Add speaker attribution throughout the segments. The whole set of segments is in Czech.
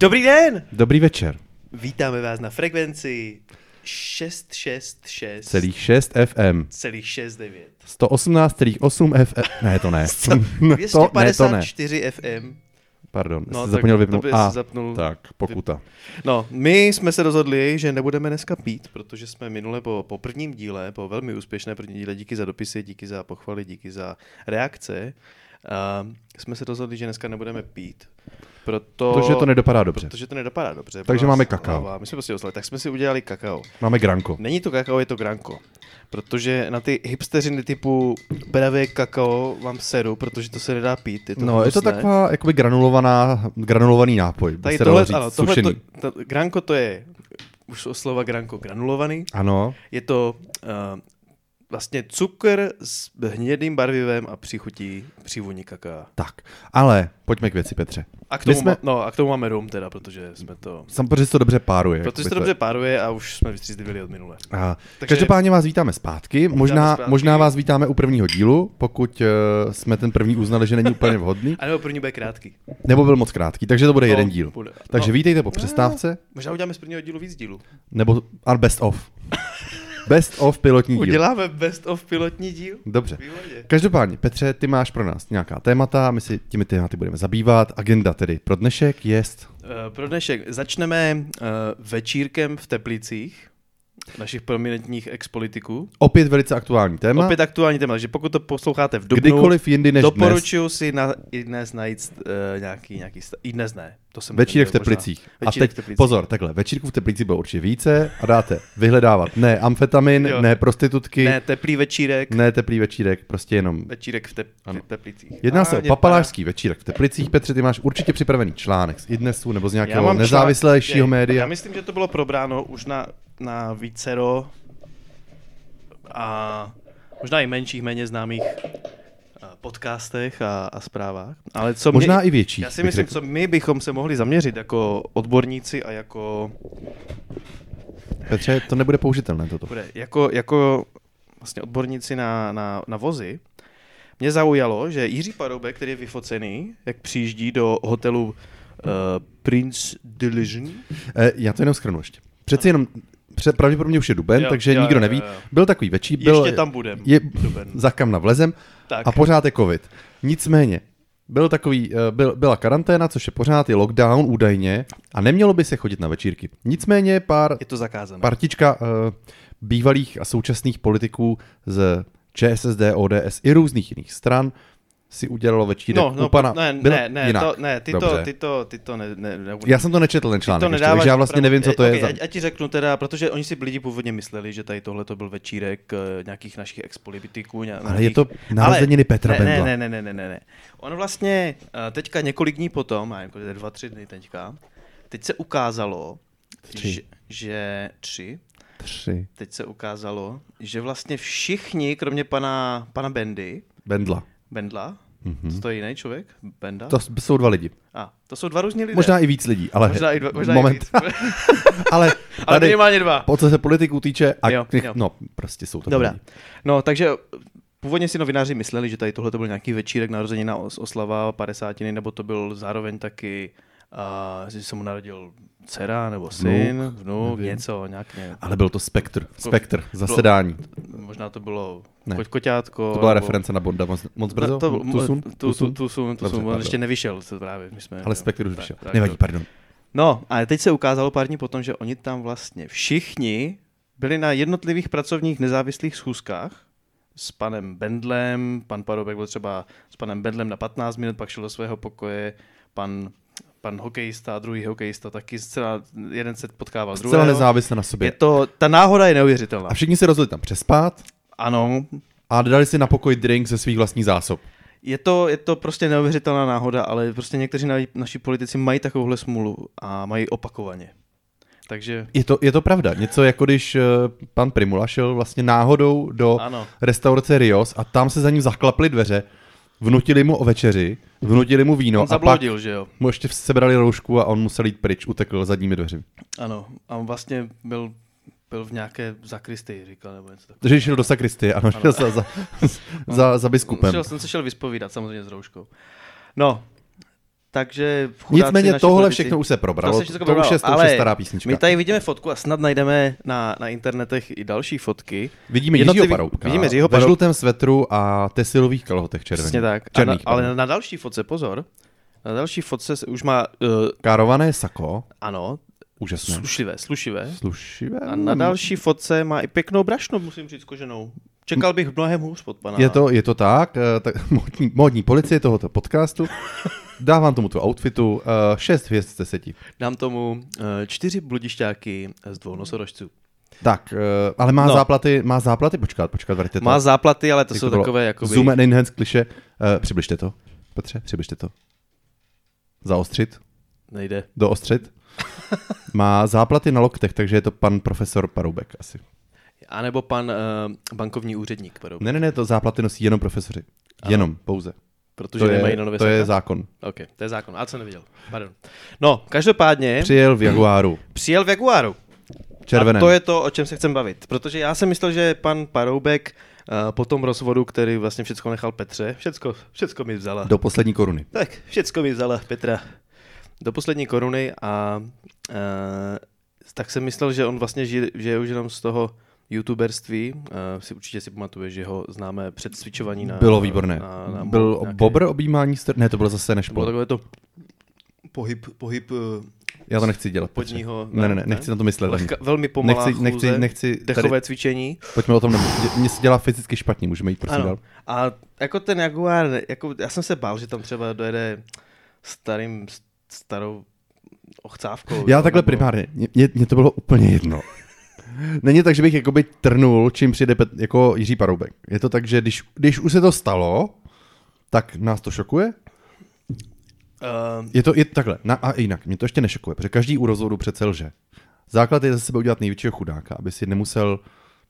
Speaker 1: Dobrý den!
Speaker 2: Dobrý večer.
Speaker 1: Vítáme vás na frekvenci 666
Speaker 2: Celých 6 FM.
Speaker 1: celých 69.
Speaker 2: 118,8 FM. Ne, No, to ne. to, ne, to ne.
Speaker 1: 254 FM.
Speaker 2: Pardon,
Speaker 1: No,
Speaker 2: no,
Speaker 1: tak
Speaker 2: jsi zapomněl
Speaker 1: to
Speaker 2: vypnout.
Speaker 1: bys
Speaker 2: A,
Speaker 1: zapnul.
Speaker 2: tak, pokuta.
Speaker 1: No, my jsme se rozhodli, že nebudeme dneska pít, protože jsme minule po, po prvním díle, po velmi úspěšné první díle, díky za dopisy, díky za pochvaly, díky za reakce, uh, jsme se rozhodli, že dneska nebudeme pít. Proto,
Speaker 2: Protože to nedopadá dobře.
Speaker 1: Protože to nedopadá dobře.
Speaker 2: Takže
Speaker 1: Byla
Speaker 2: máme kakao.
Speaker 1: slava. My jsme prostě oslali, tak jsme si udělali kakao.
Speaker 2: Máme granko.
Speaker 1: Není to kakao, je to granko. Protože na ty hipsteřiny typu pravé kakao vám seru, protože to se nedá pít. Je to
Speaker 2: No, je to
Speaker 1: hnusné.
Speaker 2: taková jakoby granulovaná, granulovaný nápoj.
Speaker 1: Tady
Speaker 2: se dalo
Speaker 1: tohle,
Speaker 2: říct,
Speaker 1: ano, tohle to,
Speaker 2: sušený.
Speaker 1: to, granko to je, už od slova granko, granulovaný.
Speaker 2: Ano,
Speaker 1: Je to uh, vlastně cukr s hnědým barvivem a příchutí přívoní kaká.
Speaker 2: tak. Ale pojďme k věci, Petře.
Speaker 1: A k,
Speaker 2: My
Speaker 1: tomu,
Speaker 2: jsme,
Speaker 1: jsme... no, a k tomu máme rum teda, protože jsme to...
Speaker 2: sam, protože se to dobře páruje.
Speaker 1: Protože
Speaker 2: jakoby
Speaker 1: se to dobře páruje a už jsme vystřízlivili od minule.
Speaker 2: A,
Speaker 1: Takže-
Speaker 2: Takže... Každopádně vás vítáme zpátky. Možná,
Speaker 1: zpátky.
Speaker 2: možná vás vítáme u prvního dílu, pokud uh, jsme ten první uznali, že není úplně vhodný,
Speaker 1: A nebo první bude krátký.
Speaker 2: nebo byl moc krátký, takže to bude
Speaker 1: No,
Speaker 2: jeden díl.
Speaker 1: bude-
Speaker 2: Takže
Speaker 1: no.
Speaker 2: vítejte po přestávce,
Speaker 1: Možná uděláme z prvního dílu víc dílů.
Speaker 2: nebo a best of. Best of pilotní díl.
Speaker 1: Uděláme best of pilotní díl?
Speaker 2: Dobře.
Speaker 1: Výborně.
Speaker 2: Každopádně, Petře, ty máš pro nás nějaká témata, my si těmi tématy budeme zabývat. Agenda tedy pro dnešek jest
Speaker 1: Eh, Pro dnešek začneme eh, večírkem v Teplicích našich prominentních expolitiků.
Speaker 2: opět velice aktuální téma.
Speaker 1: Opět aktuální téma, takže pokud to posloucháte v dubnu,
Speaker 2: No. Kdykoliv jindy než dnes.
Speaker 1: doporučuji si na i dnes najít uh, nějaký, nějaký sta- i dnes ne, to jsem
Speaker 2: Večírek v
Speaker 1: možná-
Speaker 2: Teplicích. A
Speaker 1: Večírek
Speaker 2: teď
Speaker 1: v Teplicích.
Speaker 2: pozor, takhle, večírku v Teplicích bylo určitě více a dáte vyhledávat ne amfetamin,
Speaker 1: Jo.
Speaker 2: ne prostitutky,
Speaker 1: Ne,
Speaker 2: ne,
Speaker 1: teplý večírek, ne.
Speaker 2: ne teplý večírek, prostě jenom.
Speaker 1: večírek v, te-
Speaker 2: Ano.
Speaker 1: v Teplicích.
Speaker 2: Jedná
Speaker 1: A
Speaker 2: se o
Speaker 1: mě
Speaker 2: papalářský večírek v Teplicích. Petře, ty máš určitě připravený článek z Idnesu nebo z
Speaker 1: padá-
Speaker 2: nějakého
Speaker 1: člán-
Speaker 2: nezávislejšího
Speaker 1: Jej, Já
Speaker 2: média.
Speaker 1: myslím, že to bylo probráno už na, na vícero a možná i menších, méně známých eh, podcastech a, a zprávách. Ale co
Speaker 2: Možná
Speaker 1: mě,
Speaker 2: i větší.
Speaker 1: Já si
Speaker 2: bych
Speaker 1: myslím,
Speaker 2: řekl.
Speaker 1: co my bychom se mohli zaměřit jako odborníci a jako
Speaker 2: Petře, to nebude použitelné toto.
Speaker 1: Bude, jako, jako vlastně odborníci na, na, na vozy, mě zaujalo, že Jiří Paroubek, který je vyfocený, jak přijíždí do hotelu uh, Prince Diligent,
Speaker 2: Eh, Já to jenom schrnu ještě. Přeci jenom, pře- pravděpodobně už je duben,
Speaker 1: Jo,
Speaker 2: takže
Speaker 1: jo,
Speaker 2: nikdo
Speaker 1: jo,
Speaker 2: neví.
Speaker 1: jo, jo.
Speaker 2: Byl takový večí, byl,
Speaker 1: ještě tam budem.
Speaker 2: je
Speaker 1: Duben.
Speaker 2: za kam navlezem
Speaker 1: Tak.
Speaker 2: a pořád je covid. Nicméně, byl takový, eh, byl, byla karanténa, což je pořád je lockdown údajně a nemělo by se chodit na večírky. Nicméně pár,
Speaker 1: Je to zakázané.
Speaker 2: partička eh, bývalých a současných politiků z ČSSD, ODS i různých jiných stran si udělalo večírek
Speaker 1: no, no,
Speaker 2: u pana.
Speaker 1: ne,
Speaker 2: byl
Speaker 1: ne, ne,
Speaker 2: jinak.
Speaker 1: to, ne, ty to,
Speaker 2: Dobře.
Speaker 1: ty to, ty to ne, ne, ne
Speaker 2: Já jsem to nečetl ten článek,
Speaker 1: to
Speaker 2: ještě,
Speaker 1: nedáváš
Speaker 2: takže já vlastně
Speaker 1: opravdu-
Speaker 2: nevím, co to
Speaker 1: Eh,
Speaker 2: je.
Speaker 1: okej,
Speaker 2: za...
Speaker 1: ať, ať ti řeknu teda, protože oni si lidi původně mysleli, že tady tohle to byl večírek eh, nějakých našich expolitiků. ně- Nějakých...
Speaker 2: Ale je to narozeniny
Speaker 1: Ale-
Speaker 2: Petra
Speaker 1: ne, ne,
Speaker 2: Bendla.
Speaker 1: ne, ne, ne, ne, ne, ne. On vlastně eh, teďka několik dní potom, já nevím, kolik to je, dva, tři dny teďka, teď se ukázalo,
Speaker 2: Tři.
Speaker 1: Že, že tři,
Speaker 2: Tři.
Speaker 1: teď se ukázalo, že vlastně všichni, kromě pana, pana Bendy,
Speaker 2: Bendla.
Speaker 1: Bendla,
Speaker 2: Mhm.
Speaker 1: mm-hmm. to je jiný člověk? Benda?
Speaker 2: To s- jsou dva lidi.
Speaker 1: A, to jsou dva různí lidé.
Speaker 2: Možná i víc lidí, ale
Speaker 1: možná i dva, možná
Speaker 2: moment.
Speaker 1: I víc.
Speaker 2: ale
Speaker 1: Ale
Speaker 2: tady,
Speaker 1: minimálně dva.
Speaker 2: po co se politiků týče, a
Speaker 1: Jo, jo.
Speaker 2: jo, jo. no prostě jsou to
Speaker 1: Dobrá.
Speaker 2: lidi.
Speaker 1: No, takže původně si novináři mysleli, že tady tohle to byl nějaký večírek narozenina os- oslava 50. nebo to byl zároveň taky, uh, že se mu narodil dcera nebo syn, vnuk, něco, nějak ně,
Speaker 2: Ale byl to spektr, spektr, zasedání.
Speaker 1: Možná to bylo
Speaker 2: Ne.
Speaker 1: koť, koťátko.
Speaker 2: To byla
Speaker 1: nebo-
Speaker 2: reference na Bonda moc, moc
Speaker 1: No,
Speaker 2: brzo?
Speaker 1: to-
Speaker 2: No, Tusun?
Speaker 1: tu- tu-
Speaker 2: Tusun?
Speaker 1: Tusun,
Speaker 2: Dobře,
Speaker 1: Tusun, on
Speaker 2: pardon.
Speaker 1: ještě nevyšel, to právě my jsme.
Speaker 2: Ale
Speaker 1: jo.
Speaker 2: spektr už
Speaker 1: Tak,
Speaker 2: vyšel.
Speaker 1: tak,
Speaker 2: Nevadí,
Speaker 1: to-
Speaker 2: pardon.
Speaker 1: No, a teď se ukázalo pár dní potom, že oni tam vlastně všichni byli na jednotlivých pracovních nezávislých schůzkách s panem Bendlem, pan Paroubek byl třeba s panem Bendlem na 15 minut, pak šel do svého pokoje, pan, pan hokejista, druhý hokejista, taky zcela jeden se potkával
Speaker 2: Zcela
Speaker 1: druhého.
Speaker 2: nezávisle na
Speaker 1: Je
Speaker 2: sobě.
Speaker 1: to, ta náhoda je neuvěřitelná.
Speaker 2: A všichni se rozhodli tam přespat
Speaker 1: Ano,
Speaker 2: a dali si na pokoj drink ze svých vlastních zásob.
Speaker 1: Je to, je to prostě neuvěřitelná náhoda, ale prostě někteří na, naši politici mají takovouhle smůlu a mají opakovaně. Takže
Speaker 2: Je to, je to pravda. Něco jako když eh, pan Primula šel vlastně náhodou do
Speaker 1: Ano.
Speaker 2: ano. restaurace Rios a tam se za ním zaklaply dveře, vnutili mu o večeři, vnutili mu víno
Speaker 1: on
Speaker 2: a pak
Speaker 1: zabloudil, že jo?
Speaker 2: mu ještě sebrali roušku a on musel jít pryč, utekl zadními dveřmi.
Speaker 1: Ano, a on vlastně byl, byl v nějaké zakristy, říkal, nebo něco takového.
Speaker 2: Takže šel do sakristie, ano, šel za, za, za, za biskupem.
Speaker 1: Šel, jsem se šel vyspovídat, samozřejmě s rouškou. No, takže chudáci
Speaker 2: Nicméně
Speaker 1: naši
Speaker 2: tohle
Speaker 1: politici-
Speaker 2: všechno už se probralo,
Speaker 1: se
Speaker 2: to,
Speaker 1: všechno
Speaker 2: to už
Speaker 1: probralo,
Speaker 2: je, to už
Speaker 1: ale
Speaker 2: je stará písnička.
Speaker 1: My tady vidíme fotku a snad najdeme na, na internetech i další fotky.
Speaker 2: Vidíme
Speaker 1: jednotlivý-
Speaker 2: Jiřího Paroubka
Speaker 1: vidíme Jiřího
Speaker 2: ve
Speaker 1: Paroubka.
Speaker 2: žlutém svetru a tesilových kalhotech červených.
Speaker 1: Přesně tak. A na,
Speaker 2: Černých, ale...
Speaker 1: ale na další fotce, pozor, na další fotce se už má, uh,
Speaker 2: Kárované sako,
Speaker 1: ano,
Speaker 2: úžasné.
Speaker 1: slušivé, slušivé.
Speaker 2: Slušivé.
Speaker 1: A na další fotce má i pěknou brašnu, musím říct, koženou. Čekal bych mnohem hůř od pana.
Speaker 2: Je to, je to tak, eh, tak modní, modní policie tohoto podcastu. Dávám tomu tu outfitu 6 hvězd z 10.
Speaker 1: Dám tomu eh, čtyři bludišťáky z dvou nosorožců.
Speaker 2: Tak, eh, ale má
Speaker 1: No.
Speaker 2: no. záplaty, má záplaty, počkat, počkat, vraťte to.
Speaker 1: Má záplaty, ale to
Speaker 2: Jak
Speaker 1: jsou
Speaker 2: bylo?
Speaker 1: takové jakoby...
Speaker 2: Zoom and enhance kliše. Eh, Přibližte to, Petře, přibližte to. Zaostřit,
Speaker 1: Nejde.
Speaker 2: doostřit. Má záplaty na loktech, takže je to pan profesor Paroubek asi.
Speaker 1: A nebo pan uh, bankovní úředník, pardon,
Speaker 2: Ne, ne, ne, to záplaty nosí jenom profesoři. Jenom, pouze.
Speaker 1: protože to
Speaker 2: je,
Speaker 1: nemají na nové
Speaker 2: to je zákon.
Speaker 1: Ok, to je zákon. A co neviděl? Pardon. No, každopádně
Speaker 2: Přijel v Jaguáru.
Speaker 1: přijel v Jaguaru.
Speaker 2: Červené.
Speaker 1: A to je to, o čem se chcem bavit. Protože já jsem myslel, že pan Paroubek eh, po tom rozvodu, který vlastně všecko nechal Petře, všecko, všecko mi vzala.
Speaker 2: Do poslední koruny.
Speaker 1: Tak, všecko mi vzala Petra do poslední koruny a e, tak jsem myslel, že on vlastně žije, že je už jenom z toho youtuberství. E, si určitě si pamatuje, že ho známe před cvičování na...
Speaker 2: Bylo výborné.
Speaker 1: Na, na,
Speaker 2: byl
Speaker 1: na, nějaké-
Speaker 2: bobr objímání str... Ne, to bylo zase
Speaker 1: To bylo
Speaker 2: nešplo.
Speaker 1: takové to pohyb, pohyb eh,
Speaker 2: Já to nechci dělat. Petře.
Speaker 1: spodního...
Speaker 2: Ne, ne, ne, nechci na to myslet. ani.
Speaker 1: Lehka, velmi pomalá
Speaker 2: nechci, nechci,
Speaker 1: chůze,
Speaker 2: nechci, tady,
Speaker 1: dechové cvičení.
Speaker 2: pojďme o tom, nemluvit. Dě- mně se dělá fyzicky špatně, můžeme jít prosím dál.
Speaker 1: Ano. A jako ten Jaguar, jako, já jsem se bál, že tam třeba dojede starým, starou ochcávkou.
Speaker 2: Já
Speaker 1: jo,
Speaker 2: takhle
Speaker 1: nebo-
Speaker 2: primárně, Mně- mně mně to bylo úplně jedno. Není tak, že bych jakoby trnul, čím přijde pet, jako Jiří Paroubek. Je to tak, že když, když už se to stalo, tak nás to šokuje.
Speaker 1: Ehm,
Speaker 2: Je to je takhle, na, a jinak, mě to ještě nešokuje, protože každý u rozhodu přece lže. Základ je ze sebe udělat největšího chudáka, aby si nemusel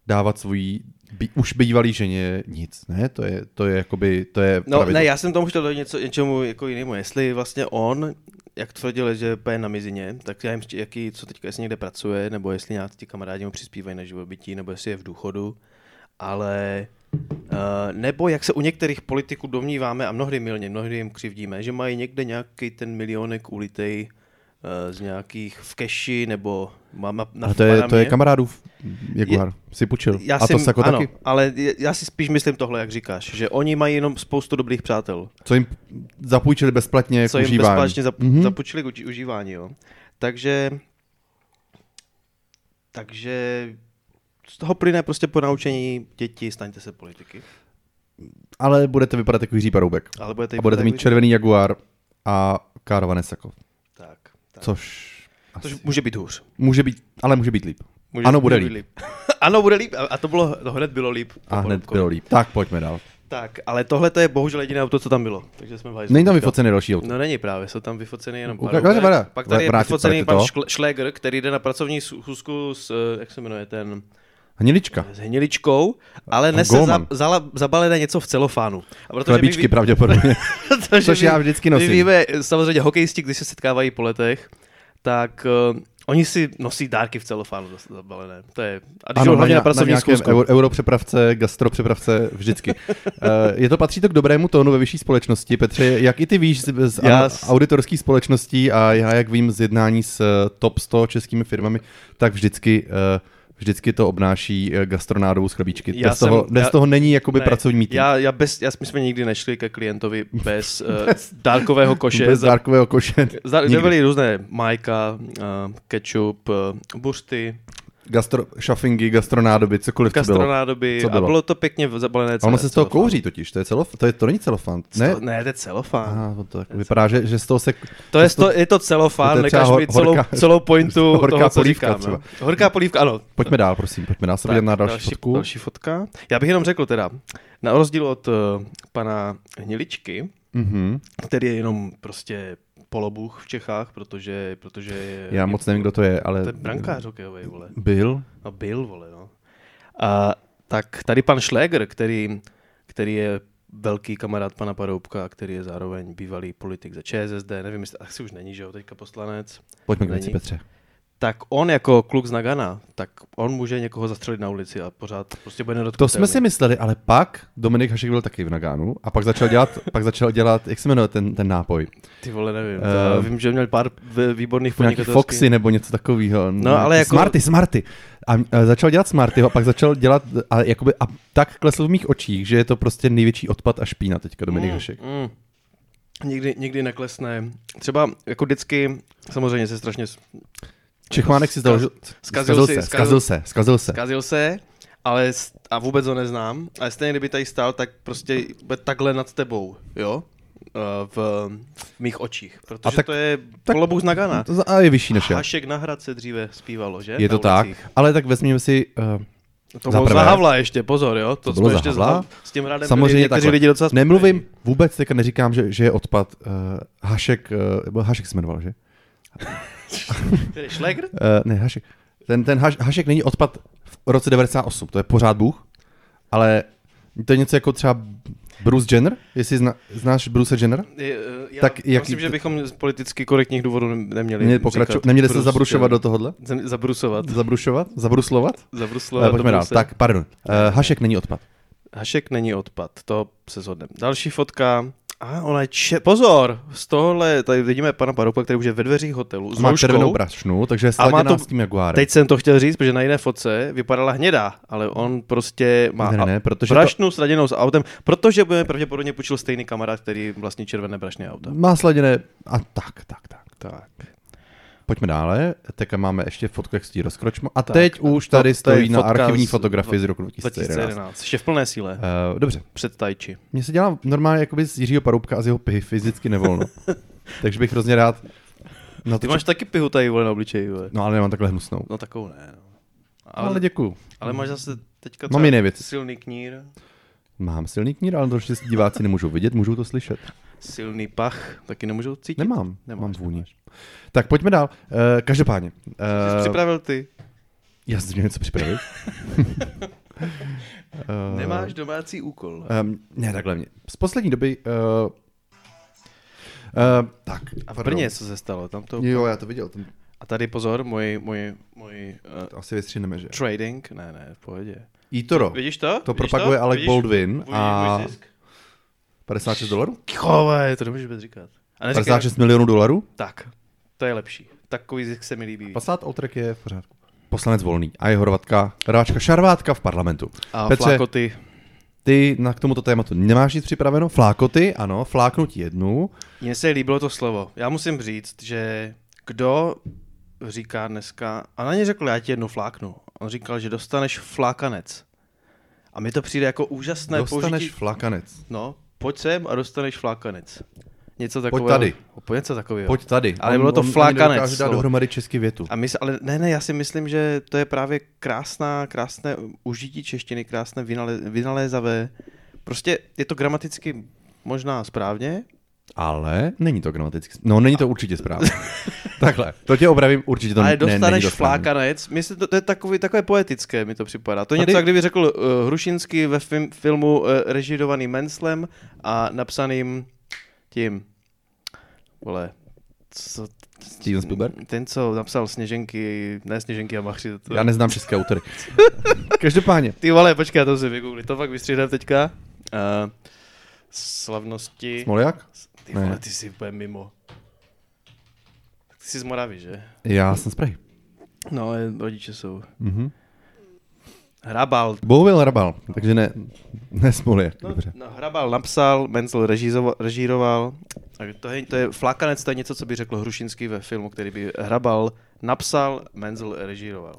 Speaker 2: dávat svojí by, už bývalý ženě nic, ne? To je, to je jakoby, to je
Speaker 1: No
Speaker 2: pravidlo.
Speaker 1: ne, já jsem tomu chtěl do něco, něčemu jako jinému. Jestli vlastně on, jak tvrdil, že je na mizině, tak já jim, ště- jaký, co teďka, jestli někde pracuje, nebo jestli nějak ti kamarádi mu přispívají na živobytí, nebo jestli je v důchodu, ale eh, nebo jak se u některých politiků domníváme, a mnohdy milně, mnohdy jim křivdíme, že mají někde nějaký ten milionek ulitej eh, z nějakých v keši, nebo má, má, na
Speaker 2: A to je, to je
Speaker 1: Panamě.
Speaker 2: kamarádův Jaguar, si půjčil.
Speaker 1: Já
Speaker 2: a to
Speaker 1: si,
Speaker 2: se jako
Speaker 1: ano,
Speaker 2: taky.
Speaker 1: ale je- já si spíš myslím tohle, jak říkáš, že oni mají jenom spoustu dobrých přátel.
Speaker 2: Co jim zapůjčili bezplatně k
Speaker 1: co jim
Speaker 2: užívání.
Speaker 1: bezplatně zap, mm-hmm.
Speaker 2: Mhm.
Speaker 1: zapůjčili k uži- užívání. Jo. Takže, takže z toho plyne prostě po naučení děti, staňte se politiky.
Speaker 2: Ale budete vypadat jako Jiří Paroubek.
Speaker 1: Ale budete,
Speaker 2: A budete mít červený Jaguar a kárované sako.
Speaker 1: Tak, tak.
Speaker 2: Což asi.
Speaker 1: Což může být hůř.
Speaker 2: Může být, ale může být líp.
Speaker 1: Může
Speaker 2: ano,
Speaker 1: být-
Speaker 2: bude
Speaker 1: může
Speaker 2: líp.
Speaker 1: být ano, bude líp. A, a to bylo, to hned bylo líp. Po
Speaker 2: A hned
Speaker 1: Paroubkovi.
Speaker 2: bylo líp. Tak pojďme dál.
Speaker 1: Tak, ale tohle to je bohužel jediné auto, co tam bylo. Takže jsme v hajzlu.
Speaker 2: Není tam vyfocený další auto.
Speaker 1: No není právě, jsou tam vyfoceny jenom
Speaker 2: Ukaž-
Speaker 1: Paroubek,
Speaker 2: ukaž, Vara.
Speaker 1: Pak tady je
Speaker 2: Vrátit
Speaker 1: vyfocený
Speaker 2: tady
Speaker 1: pan
Speaker 2: to.
Speaker 1: Škl- Šléger, který jde na pracovní schůzku s, eh, jak se jmenuje ten,
Speaker 2: Hnilička.
Speaker 1: s hniličkou, ale nese za,
Speaker 2: Goleman.
Speaker 1: za, zabalené něco v celofánu. A protože my
Speaker 2: Chlebíčky pravděpodobně.
Speaker 1: ví- protože
Speaker 2: což já vždycky nosím.
Speaker 1: My víme, samozřejmě hokejisti, když se setkávají po letech, tak uh, oni si nosí dárky v celofánu za- zabalené. To je, a když ano, hlavně na
Speaker 2: ně-
Speaker 1: pracovní na
Speaker 2: nějakém
Speaker 1: zkusku.
Speaker 2: euro, europřepravce, gastropřepravce, vždycky. Eh, je to, patří to k dobrému tónu ve vyšší společnosti. Petře, jak i ty víš z, z
Speaker 1: Já
Speaker 2: ano-
Speaker 1: s-
Speaker 2: auditorských společností a já, jak vím z jednání s eh, top 100 českými firmami, tak vždycky eh, Vždycky to obnáší eh, gastronádou z chlebíčky.
Speaker 1: Já
Speaker 2: Bez, toho,
Speaker 1: jsem-
Speaker 2: bez
Speaker 1: já-
Speaker 2: toho není jakoby
Speaker 1: Ne,
Speaker 2: pracovní mít.
Speaker 1: já, já, bez, já, my jsme nikdy nešli ke klientovi bez, uh, dárkového koše.
Speaker 2: Bez
Speaker 1: za-
Speaker 2: dárkového koše.
Speaker 1: za-
Speaker 2: nikdy.
Speaker 1: Byly různé majka, uh, ketchup, uh, bursty,
Speaker 2: Gastro, šafingy, gastronádoby, cokoliv to bylo. A
Speaker 1: gastronádoby
Speaker 2: Co
Speaker 1: a
Speaker 2: bylo?
Speaker 1: bylo to pěkně v- zabalené.
Speaker 2: ono se z toho
Speaker 1: celofánu.
Speaker 2: kouří totiž, to je celof, to, je, to není celofán. Ne,
Speaker 1: Ne, ne to je celofán.
Speaker 2: Aha, on to tak vypadá, že, že z toho se...
Speaker 1: To je to, je to celofán,
Speaker 2: to je třeba
Speaker 1: nekaž mi
Speaker 2: hor-
Speaker 1: celou,
Speaker 2: horká-
Speaker 1: celou pointu
Speaker 2: horká
Speaker 1: toho, co
Speaker 2: polívka
Speaker 1: říkám.
Speaker 2: třeba.
Speaker 1: no. Horká polívka, ano.
Speaker 2: Pojďme dál, prosím, pojďme dál se podívat na další, fotku.
Speaker 1: další fotka. Já bych jenom řekl teda, na rozdíl od uh, pana Hniličky,
Speaker 2: Mhm.
Speaker 1: který je jenom prostě polobůh v Čechách, protože, protože je...
Speaker 2: Já moc nevím, kdo to je, ale...
Speaker 1: Eh, To je brankář hokejový, vole.
Speaker 2: Byl?
Speaker 1: No byl, vole, no. A, tak tady pan Schläger, který, který je velký kamarád pana Paroubka, který je zároveň bývalý politik za ČSSD, nevím, jestli asi už není, že jo, teďka poslanec.
Speaker 2: Pojďme k věci,
Speaker 1: Není.
Speaker 2: Petře.
Speaker 1: tak on jako kluk z Nagana, tak on může někoho zastřelit na ulici a pořád prostě bude
Speaker 2: To
Speaker 1: nedotknutelný.
Speaker 2: jsme si mysleli, ale pak Dominik Hašek byl taky v Nagánu a pak začal dělat, pak začal dělat jak se jmenuje ten, ten nápoj?
Speaker 1: Ty vole, nevím.
Speaker 2: Eh,
Speaker 1: Uh, vím, že měl pár v- výborných
Speaker 2: Nějaký
Speaker 1: podnikatelských. Mm,
Speaker 2: Foxy nebo něco takového. Nějaký
Speaker 1: ale jako-
Speaker 2: Smarty, Smarty. A, a začal dělat Smarty a pak začal dělat a, jakoby, a tak klesl v mých očích, že je to prostě největší odpad a špína teďka Dominik Hašek.
Speaker 1: Mm. Nikdy, nikdy neklesne. Třeba jako vždycky, samozřejmě se strašně
Speaker 2: Čechmánek si
Speaker 1: Skaz-
Speaker 2: založil...
Speaker 1: skazil si-
Speaker 2: se,
Speaker 1: skazil-
Speaker 2: skazil se, skazil se.
Speaker 1: zkazil se, ale s- a vůbec ho neznám, ale stejně kdyby tady stál, tak prostě bude takhle nad tebou, jo? Eh, V, v mých očích, protože
Speaker 2: tak-
Speaker 1: tak, to je kolobůh z Nagana.
Speaker 2: To za- A je vyšší než já.
Speaker 1: Hašek na hrad se dříve zpívalo, že?
Speaker 2: Je to
Speaker 1: Na
Speaker 2: tak,
Speaker 1: ulicích.
Speaker 2: ale tak vezměme si... Uh,
Speaker 1: To
Speaker 2: Za
Speaker 1: bylo
Speaker 2: prvé.
Speaker 1: za Havla ještě, pozor, jo? To,
Speaker 2: To bylo
Speaker 1: jsme
Speaker 2: za
Speaker 1: ještě
Speaker 2: Havla.
Speaker 1: za- S tím hradem byli
Speaker 2: Samozřejmě
Speaker 1: někteří
Speaker 2: takhle.
Speaker 1: lidi docela spokojení.
Speaker 2: Nemluvím vůbec, teďka neříkám, že, že je odpad. Uh, Hašek, uh, nebo Hašek se jmenoval, že?
Speaker 1: Tedy Šlegr?
Speaker 2: Uh, ne, Hašek. Ten, ten haš, Hašek není odpad v roce 98, to je pořád Bůh, ale to je něco jako třeba Bruce Jenner, jestli zna, znáš Bruce Jennera?
Speaker 1: Je, eh, Já
Speaker 2: Tak
Speaker 1: tak
Speaker 2: jaký-
Speaker 1: jaký... myslím, že bychom z politicky korektních důvodů nem- neměli
Speaker 2: Neměli, pokraču,
Speaker 1: říkat
Speaker 2: neměli se
Speaker 1: Bruce
Speaker 2: zabrušovat do
Speaker 1: Jenner.
Speaker 2: tohohle?
Speaker 1: Zem- Zabrusovat.
Speaker 2: Zabrušovat? Zabruslovat?
Speaker 1: Zabruslovat.
Speaker 2: Uh, pojďme dál.
Speaker 1: zabruse.
Speaker 2: Tak, pardon. Uh, Hašek není odpad.
Speaker 1: Hašek není odpad, to se shodneme. Další fotka. A ona je če... Pozor! Z tohohle, tady vidíme pana Paroupa, který už je ve dveřích hotelu. S
Speaker 2: Má
Speaker 1: rouškou.
Speaker 2: červenou brašnu, takže je
Speaker 1: A má
Speaker 2: sladěná
Speaker 1: to-
Speaker 2: s tím Jaguárem.
Speaker 1: Teď jsem to chtěl říct, protože na jiné fotce vypadala hnědá, ale on prostě má
Speaker 2: Ne, ne, ne, protože to-
Speaker 1: brašnu sladěnou s autem, protože budeme pravděpodobně půjčil stejný kamarád, který vlastní červené brašné auta.
Speaker 2: Má sladěné a tak, tak, tak.
Speaker 1: Tak.
Speaker 2: Pojďme dále, teďka máme ještě fotku, jak stojí rozkročmo. A teď už tady
Speaker 1: to je
Speaker 2: stojí na
Speaker 1: fotka
Speaker 2: archivní
Speaker 1: z-
Speaker 2: fotografii z roku 2011.
Speaker 1: 2011. Ještě v plné síle.
Speaker 2: Uh, dobře,
Speaker 1: Před Tajči.
Speaker 2: mně se dělá normálně jakoby z Jiřího Paroubka a z jeho pihy fyzicky nevolno. Takže bych hrozně rád na
Speaker 1: Ty
Speaker 2: to,
Speaker 1: máš taky pihu tady vole, na obličeji, vole.
Speaker 2: No ale nemám takhle hnusnou.
Speaker 1: No takovou ne. No.
Speaker 2: Ale,
Speaker 1: Ale,
Speaker 2: ale děkuju.
Speaker 1: ale, máš zase teďka
Speaker 2: Mám jiné věci.
Speaker 1: silný knír,
Speaker 2: Mám silný knír, ale to ještě diváci nemůžou vidět, můžou to slyšet.
Speaker 1: silný pach, taky nemůžou cítit.
Speaker 2: Nemám,
Speaker 1: Nemáš,
Speaker 2: mám vůni. Tak pojďme dál. Uh, každopádně.
Speaker 1: Jsi
Speaker 2: eh,
Speaker 1: připravil ty?
Speaker 2: já jsem si měl něco připravit. Eh,
Speaker 1: Nemáš domácí úkol.
Speaker 2: Um, ne, takhle mě. Z poslední doby... Uh, uh, tak.
Speaker 1: A v Brně co se stalo? Tam to...
Speaker 2: Jo, já to viděl, tam
Speaker 1: A tady pozor, můj, můj, můj uh,
Speaker 2: to asi vystřihneme, že?
Speaker 1: trading, ne, ne, v pohodě.
Speaker 2: Itoro.
Speaker 1: Vidíš to?
Speaker 2: To
Speaker 1: Vidíš
Speaker 2: propaguje Alec
Speaker 1: Vidíš?
Speaker 2: Baldwin
Speaker 1: Můj-
Speaker 2: a-
Speaker 1: můj zisk?
Speaker 2: 56 dolarů?
Speaker 1: Kové, to nemůžeš vůbec říkat. A neříkej,
Speaker 2: 56 milionů dolarů?
Speaker 1: tak, to je lepší. Takový zisk se mi líbí.
Speaker 2: Passat Outrek je v pořádku. Poslanec Volný a je horvatka Ráčka Šarvátka v parlamentu.
Speaker 1: A
Speaker 2: Petře,
Speaker 1: flákoty.
Speaker 2: ty na k tomuto tématu nemáš nic připraveno? Flákoty, ano, fláknutí jednu.
Speaker 1: Mně se líbilo to slovo. Já musím říct, že kdo říká dneska, a na ně řekl, já ti jednu fláknu. On říkal, že dostaneš flákanec. A mi to přijde jako úžasné
Speaker 2: Dostaneš
Speaker 1: použití.
Speaker 2: flákanec.
Speaker 1: No, pojď sem a dostaneš flákanec. Něco takového.
Speaker 2: tady.
Speaker 1: O, Něco takového.
Speaker 2: Pojď tady.
Speaker 1: Ale bylo to no.
Speaker 2: on,
Speaker 1: flákanec
Speaker 2: On nedokáže dát
Speaker 1: slovo.
Speaker 2: dohromady česky větu.
Speaker 1: A my se, ale ne, ne, já si myslím, že to je právě krásná, krásné užití češtiny, krásné vynale, vynalézavé. Prostě je to gramaticky možná správně,
Speaker 2: Ale není to gramaticky. No, není to určitě správně. Takhle, to tě opravím, určitě to
Speaker 1: ale
Speaker 2: ne- ne, není
Speaker 1: dostaneš
Speaker 2: to
Speaker 1: ne,
Speaker 2: správně.
Speaker 1: flákanec, myslím, to, to je takový, takové poetické, mi to připadá. To je
Speaker 2: Tady-
Speaker 1: něco, jak kdyby řekl uh, Hrušinský ve film, filmu uh, režidovaný Menslem a napsaným tím, vole, co,
Speaker 2: Steven Spielberg?
Speaker 1: ten, co napsal Sněženky, ne Sněženky a Machři, to,
Speaker 2: Já neznám české autory. Každopádně,
Speaker 1: Ty vole, počkej, já to si vygoogli, to fakt vystřídám teďka. Uh, slavnosti.
Speaker 2: Smoljak?
Speaker 1: Ty
Speaker 2: Ne.
Speaker 1: vole, ty jsi úplně mimo. Tak Ty jsi z Moravy, že?
Speaker 2: Já jsem z Prahy.
Speaker 1: No, ale rodiče jsou.
Speaker 2: Mhm.
Speaker 1: Hrabal.
Speaker 2: Bohužel Rabal, takže ne, ne Smoljak,
Speaker 1: No,
Speaker 2: dobře.
Speaker 1: no, Hrabal napsal, Menzel režízoval, režíroval. Tak to je, to je flákanec, to je něco, co by řekl Hrušinský ve filmu, který by Hrabal napsal, Menzel režíroval.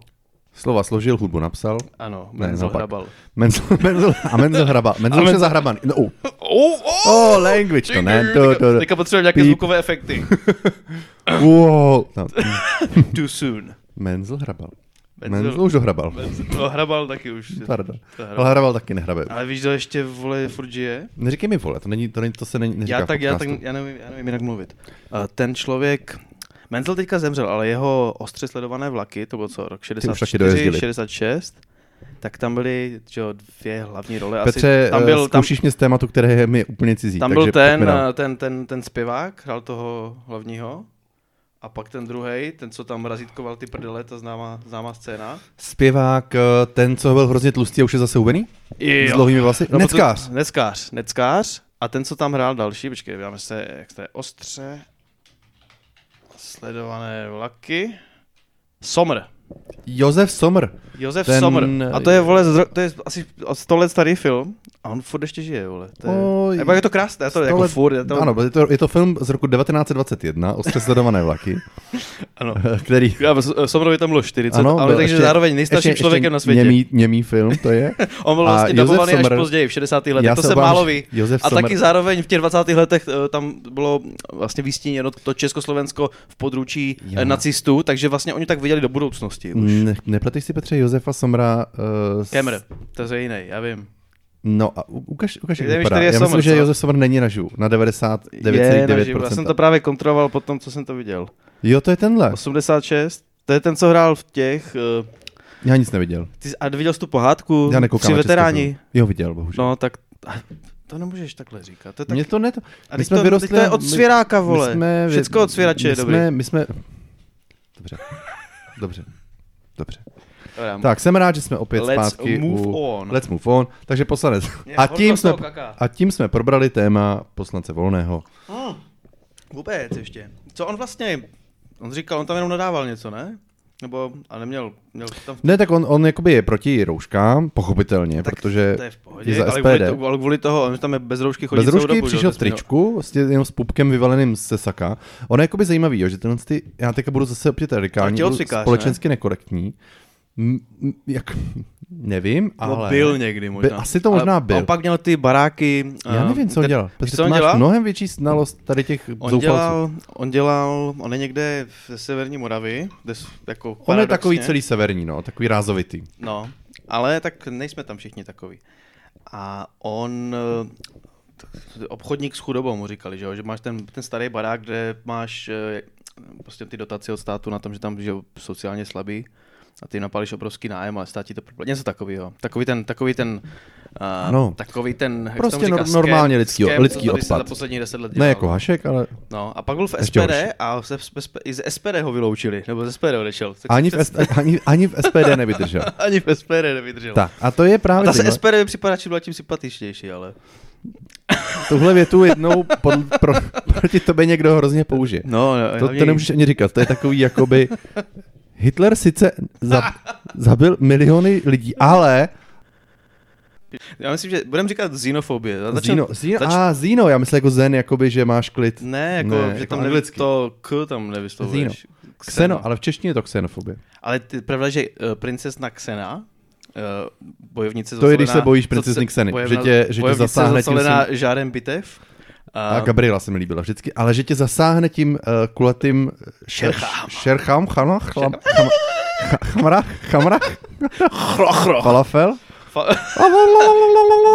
Speaker 2: Slova složil, hudbu napsal.
Speaker 1: Ano,
Speaker 2: Ne,
Speaker 1: Menzel
Speaker 2: naopak.
Speaker 1: Hrabal.
Speaker 2: Menzel, menzel a Menzel hraba. Menzel už je
Speaker 1: Menzel-
Speaker 2: zahraban. No, oh,
Speaker 1: Oh, oh,
Speaker 2: oh, language, to ne. To, to,
Speaker 1: Teďka potřebujeme nějaké
Speaker 2: Píp.
Speaker 1: zvukové efekty.
Speaker 2: wow. No,
Speaker 1: Too soon.
Speaker 2: menzel hrabal.
Speaker 1: Menzel-
Speaker 2: Menzel už dohrabal.
Speaker 1: No, hrabal taky už.
Speaker 2: Pardon.
Speaker 1: To hrabal.
Speaker 2: Ale hrabal taky nehrabe.
Speaker 1: Ale víš, kdo ještě vole furt žije?
Speaker 2: Neříkej mi, vole, to, není, to, není, to se není, neříká
Speaker 1: Já
Speaker 2: v
Speaker 1: tak, já tak,
Speaker 2: podcastu.
Speaker 1: já nevím, já nevím jinak mluvit. Uh, ten člověk, Menzel teďka zemřel, ale jeho ostře sledované vlaky, to bylo co, rok
Speaker 2: taky
Speaker 1: 64,
Speaker 2: dojezdili.
Speaker 1: 66, tak tam byly že, jo, dvě hlavní role.
Speaker 2: Petře, eh,
Speaker 1: asi, tam byl, tam,
Speaker 2: zkoušíš mě z tématu, které je mi úplně cizí.
Speaker 1: tam
Speaker 2: takže
Speaker 1: byl ten,
Speaker 2: pojďme dál.
Speaker 1: eh, ten, ten, ten zpěvák, hrál toho hlavního. A pak ten druhý, ten, co tam razítkoval ty prdele, ta známá, známá scéna.
Speaker 2: Zpěvák, eh, ten, co byl hrozně tlustý a už je zase uvený? S dlouhými vlasy?
Speaker 1: No,
Speaker 2: Neckář.
Speaker 1: Potom, neckář, neckář. A ten, co tam hrál další, počkej, dáme se, jak to je, ostře, sledované vlaky. Somr.
Speaker 2: Josef Somr.
Speaker 1: Josef
Speaker 2: Ten-
Speaker 1: ten... Somr. A to je, vole, z, ro- to je asi 100 let starý film. A on furt ještě žije, vole. To je,
Speaker 2: Oj,
Speaker 1: Nebo je to krásné, je to
Speaker 2: 100
Speaker 1: jako
Speaker 2: let-
Speaker 1: furt. Je to,
Speaker 2: Ano, je to, je to film z roku 1921, ostře sledované vlaky, eh,
Speaker 1: ano.
Speaker 2: který...
Speaker 1: Já, S- Somrovi tam bylo 40,
Speaker 2: Ano,
Speaker 1: ano, ale
Speaker 2: byl
Speaker 1: takže
Speaker 2: ještě-
Speaker 1: zároveň nejstarším
Speaker 2: ještě-
Speaker 1: člověkem
Speaker 2: ještě
Speaker 1: na světě.
Speaker 2: Němý, němý film to je.
Speaker 1: On byl
Speaker 2: A
Speaker 1: vlastně
Speaker 2: Josef
Speaker 1: dabovaný až
Speaker 2: Sommer-
Speaker 1: později, v 60. letech,
Speaker 2: Já
Speaker 1: to
Speaker 2: se
Speaker 1: se
Speaker 2: obávám,
Speaker 1: málo
Speaker 2: že
Speaker 1: ví.
Speaker 2: Josef
Speaker 1: A
Speaker 2: Sommer-
Speaker 1: taky zároveň v těch 20. letech eh, tam bylo vlastně vystíněno to Československo v područí
Speaker 2: Já.
Speaker 1: Já. nacistů, takže vlastně oni tak viděli do budoucnosti už.
Speaker 2: Ne, nepleteš si, Petře, Josefa Somra... Uh,
Speaker 1: Kemr, to je jiný, já vím.
Speaker 2: No a u- ukaž, ukaž jak
Speaker 1: Kde víš,
Speaker 2: vypadá.
Speaker 1: který je
Speaker 2: Já myslím,
Speaker 1: Sommer,
Speaker 2: že
Speaker 1: co?
Speaker 2: Josef Somr není naživu, na
Speaker 1: Je naživu, Já jsem vlastně to
Speaker 2: 99,9%.
Speaker 1: právě kontroloval po tom, co jsem to viděl.
Speaker 2: Jo, to je tenhle.
Speaker 1: 86, to je ten, co hrál v těch... eh,
Speaker 2: Já nic neviděl.
Speaker 1: Ty, jsi- a viděl jsi tu pohádku?
Speaker 2: Já nekoukám
Speaker 1: Tři
Speaker 2: na české
Speaker 1: veteráni.
Speaker 2: filmy. Jo, viděl, bohužel.
Speaker 1: No, tak to nemůžeš takhle říkat. To je No, tak...
Speaker 2: Mně to ne...
Speaker 1: a
Speaker 2: my
Speaker 1: teď
Speaker 2: jsme
Speaker 1: to,
Speaker 2: vyrostli
Speaker 1: teď to je
Speaker 2: a
Speaker 1: od
Speaker 2: my-
Speaker 1: svěráka, vole.
Speaker 2: My jsme,
Speaker 1: Všecko od svěrače
Speaker 2: my
Speaker 1: je dobrý.
Speaker 2: jsme, my jsme... Dobře. Dobře. Dobře.
Speaker 1: Dobrá,
Speaker 2: Tak, jsem rád, že jsme opět
Speaker 1: Let's
Speaker 2: zpátky
Speaker 1: move
Speaker 2: u...
Speaker 1: on.
Speaker 2: Let's move on. Takže poslanec.
Speaker 1: Mě
Speaker 2: A
Speaker 1: horko
Speaker 2: tím,
Speaker 1: z
Speaker 2: jsme,
Speaker 1: toho kaká.
Speaker 2: a tím jsme probrali téma poslance Volného.
Speaker 1: Hmm. Vůbec ještě. Co on vlastně, on říkal, on tam jenom nadával něco, ne? Nebo, a neměl, měl tam...
Speaker 2: Ne, tak on, on jakoby je proti rouškám, pochopitelně,
Speaker 1: tak
Speaker 2: protože
Speaker 1: to je v pohodě,
Speaker 2: je za
Speaker 1: ale, kvůli
Speaker 2: SPD.
Speaker 1: to, ale kvůli toho, on tam je bez roušky chodí
Speaker 2: Bez
Speaker 1: celou
Speaker 2: roušky
Speaker 1: dobu, že jo,
Speaker 2: přišel
Speaker 1: to
Speaker 2: v
Speaker 1: jsi měl-
Speaker 2: tričku, vlastně jenom s pupkem vyvaleným se saka. Ono je jakoby zajímavý, jo, že tenhle ty, já teďka budu zase opět radikální, budu
Speaker 1: tělocvikář, ne?
Speaker 2: společensky nekorektní. M, m, jak, nevím,
Speaker 1: No,
Speaker 2: ale...
Speaker 1: byl někdy možná.
Speaker 2: By- asi to možná
Speaker 1: ale,
Speaker 2: byl.
Speaker 1: A on pak měl ty baráky...
Speaker 2: Já
Speaker 1: eh,
Speaker 2: nevím, co on
Speaker 1: kde-
Speaker 2: dělal.
Speaker 1: Víš,
Speaker 2: Protože
Speaker 1: co
Speaker 2: ty
Speaker 1: on
Speaker 2: máš
Speaker 1: dělal?
Speaker 2: mnohem větší znalost tady těch
Speaker 1: On
Speaker 2: zoufalců.
Speaker 1: dělal, on dělal, on je někde v severní Moravy, kde s- jako
Speaker 2: On je
Speaker 1: paradoxně-
Speaker 2: takový celý severní, no, takový rázovitý.
Speaker 1: No, ale tak nejsme tam všichni takový. A on, eh, t- obchodník s chudobou mu říkali, že, jo? že máš ten, ten starý barák, kde máš eh, prostě ty dotace od státu na tom, že tam že jo, sociálně slabý a ty napálíš obrovský nájem, ale stát ti to propl- něco takového. Takový ten, takový ten, uh,
Speaker 2: Ano.
Speaker 1: takový ten, jak se
Speaker 2: Prostě
Speaker 1: tomu říká,
Speaker 2: nor- normálně lidský-
Speaker 1: scam,
Speaker 2: lidský
Speaker 1: co tady se
Speaker 2: odpad.
Speaker 1: za posledních deset let
Speaker 2: Ne
Speaker 1: dělal.
Speaker 2: jako Hašek, ale
Speaker 1: No, a pak byl v
Speaker 2: Ještě
Speaker 1: SPD
Speaker 2: horší.
Speaker 1: a se, z- z- i z SPD ho vyloučili, nebo ze SPD odešel. Tak
Speaker 2: ani v,
Speaker 1: se-
Speaker 2: S- ani, ani v SPD nevydržel.
Speaker 1: ani v SPD nevydržel.
Speaker 2: Tak, a to je
Speaker 1: A
Speaker 2: právě
Speaker 1: ta se
Speaker 2: zajímavé.
Speaker 1: SPD mi připadá čím dál tím sympatičnější, ale...
Speaker 2: tuhle větu jednou pod, pro, proti tobě někdo hrozně použije.
Speaker 1: No, no
Speaker 2: To, to nemůžeš ani říkat, to je takový jakoby... Hitler sice za, zabil miliony lidí, ale...
Speaker 1: Já myslím, že budeme říkat xenofobie. Já začnu-
Speaker 2: Zino, Zino,
Speaker 1: zač-
Speaker 2: a Zino, já myslím jako Zen, jakoby, že máš klid.
Speaker 1: Ne, jako,
Speaker 2: Ne,
Speaker 1: ne, že
Speaker 2: jako
Speaker 1: tam
Speaker 2: anglicky.
Speaker 1: anglicky. to k tam nevyslovuješ.
Speaker 2: Xeno. Xeno, ale v češtině je to xenofobie.
Speaker 1: Ale ty, pravda, že uh, princesna Xena, uh, bojovnice
Speaker 2: To je, když
Speaker 1: zasolená-
Speaker 2: se bojíš
Speaker 1: zace-
Speaker 2: princezny Xeny,
Speaker 1: bojovna-
Speaker 2: že tě- že tě
Speaker 1: bojovnice
Speaker 2: zasáhne tím
Speaker 1: zasolená žárem bitev.
Speaker 2: A Gabriela se mi líbila vždycky, ale že tě zasáhne tím uh, kulatým šerchám. Šerchám, chano, chlam, cham, cha- chamrach, chamrach,
Speaker 1: chro, chro.
Speaker 2: falafel.
Speaker 1: Fa-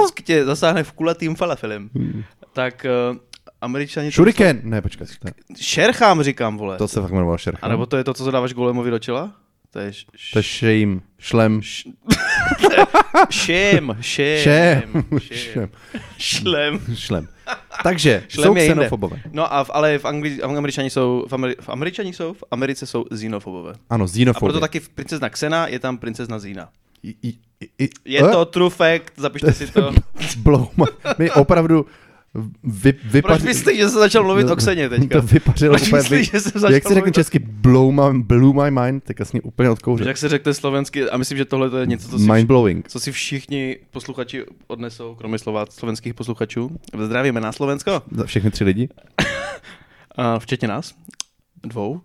Speaker 1: Vždycky tě zasáhne v kulatým falafelem.
Speaker 2: Hmm.
Speaker 1: Tak uh, američani...
Speaker 2: Shuriken. Ne, počkat. ne.
Speaker 1: Šerchám říkám, vole.
Speaker 2: To se fakt jmenovalo
Speaker 1: A
Speaker 2: šerchám.
Speaker 1: nebo to je to, co zadáváš golemovi do čela? To je š-
Speaker 2: To je shame, šlem,
Speaker 1: šem, šem,
Speaker 2: šem,
Speaker 1: šem,
Speaker 2: šem,
Speaker 1: šlem.
Speaker 2: šlem. Takže,
Speaker 1: Šlem
Speaker 2: jsou
Speaker 1: je jinde.
Speaker 2: xenofobové.
Speaker 1: No a v, ale v, Angli, v Američani jsou, v, Ameri, v Američani jsou, v Americe jsou xenofobové.
Speaker 2: Ano,
Speaker 1: A
Speaker 2: xenofobie.
Speaker 1: proto taky v princezna Xena je tam princezna Zína.
Speaker 2: I- i- i-
Speaker 1: Je
Speaker 2: eh?
Speaker 1: to true fact, zapište si to.
Speaker 2: Blouma. My opravdu vy, vypař...
Speaker 1: Proč myslíš, že jsem začal mluvit o Xeně teďka?
Speaker 2: To vypařilo
Speaker 1: Proč
Speaker 2: úplně...
Speaker 1: myslíš, že jsem začal
Speaker 2: jak se řekne
Speaker 1: mluvit o-
Speaker 2: česky blow my, blew my mind, tak jasně úplně
Speaker 1: Že
Speaker 2: odkouřil.
Speaker 1: Jak se řekne slovensky, a myslím, že tohle to je něco, co si,
Speaker 2: Mind
Speaker 1: vš-
Speaker 2: blowing.
Speaker 1: co si všichni posluchači odnesou, kromě slova slovenských posluchačů. Zdravíme na Slovensko,
Speaker 2: Za všechny tři lidi.
Speaker 1: a včetně nás, dvou.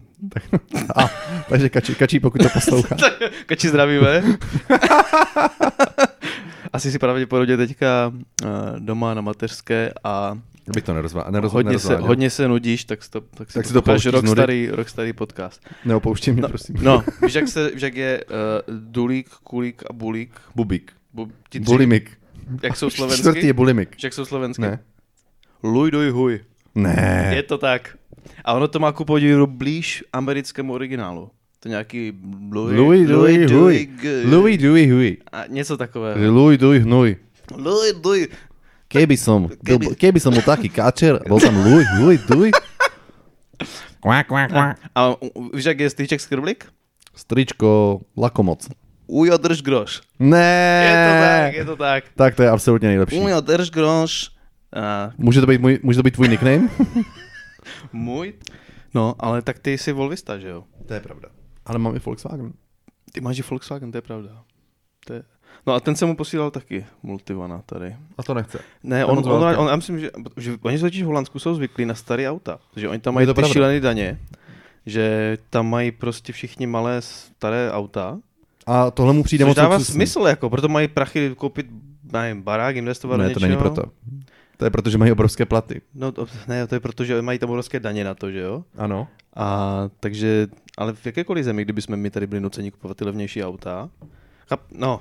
Speaker 2: A, takže kačí, kačí, pokud to poslouchá.
Speaker 1: Kači zdravíme. Asi si pravděpodobně teďka eh, doma na mateřské a
Speaker 2: Bych to nerozvá, nerozvá,
Speaker 1: hodně se, hodně se nudíš, tak, si to, tak si tak to, si to
Speaker 2: pouštíš z
Speaker 1: rok,
Speaker 2: nudy.
Speaker 1: starý, rok starý podcast.
Speaker 2: Neopouští mě, prosím.
Speaker 1: No, víš, jak, se, víš, jak je uh, dulík, kulík a bulík?
Speaker 2: Bubík.
Speaker 1: Bu, ti tři,
Speaker 2: Bulimik.
Speaker 1: jak jsou slovensky?
Speaker 2: Čtvrtý je bulimik.
Speaker 1: Víš, jak jsou slovensky?
Speaker 2: Ne.
Speaker 1: Luj, duj, huj.
Speaker 2: Ne.
Speaker 1: Je to tak. A ono to má ku podivu blíž americkému originálu. To nějaký Louis,
Speaker 2: Louis,
Speaker 1: Louis,
Speaker 2: Louis, Louis,
Speaker 1: Louis, Louis,
Speaker 2: Louis, Louis, Louis.
Speaker 1: a něco takového.
Speaker 2: Louis, Louis, Louis.
Speaker 1: Louis, Louis.
Speaker 2: Keby som,
Speaker 1: Keby-
Speaker 2: keby... keby som bol taký kačer, bol tam Louis, Louis, Louis. Kvá, kvá, kvá.
Speaker 1: A u- víš, jak je stýček skrblik?
Speaker 2: Stričko, lakomoc.
Speaker 1: Ujo, drž groš.
Speaker 2: Ne!
Speaker 1: Je to tak, je to tak.
Speaker 2: Tak to je absolutně nejlepší.
Speaker 1: Ujo, drž groš. A
Speaker 2: Může to být, můj, může to být tvůj nickname?
Speaker 1: můj? No, ale tak ty jsi Volvista, že jo?
Speaker 2: to je pravda. Ale mám i Volkswagen.
Speaker 1: Ty máš i Volkswagen, to je pravda. To je... No a ten jsem mu posílal taky, Multivana tady.
Speaker 2: A to nechce.
Speaker 1: Ne,
Speaker 2: To
Speaker 1: on,
Speaker 2: moc
Speaker 1: on, on,
Speaker 2: velké.
Speaker 1: on, já myslím, že, že oni totiž v Holandsku jsou zvyklí na staré auta, že oni tam mají
Speaker 2: to
Speaker 1: ty
Speaker 2: pravda.
Speaker 1: šílené daně, že tam mají prostě všichni malé staré auta,
Speaker 2: A tohle mu přijde
Speaker 1: což
Speaker 2: moc
Speaker 1: dává
Speaker 2: luxusní.
Speaker 1: smysl, jako, proto mají prachy koupit nevím, barák, investovat do
Speaker 2: Ne, to
Speaker 1: něčeho.
Speaker 2: není proto. To je proto, že mají obrovské platy.
Speaker 1: No, to- ne, to je proto, že mají tam obrovské daně na to, že jo?
Speaker 2: Ano.
Speaker 1: A takže, ale v jakékoliv zemi, kdybychom my tady byli nuceni kupovat ty levnější auta, chap, no,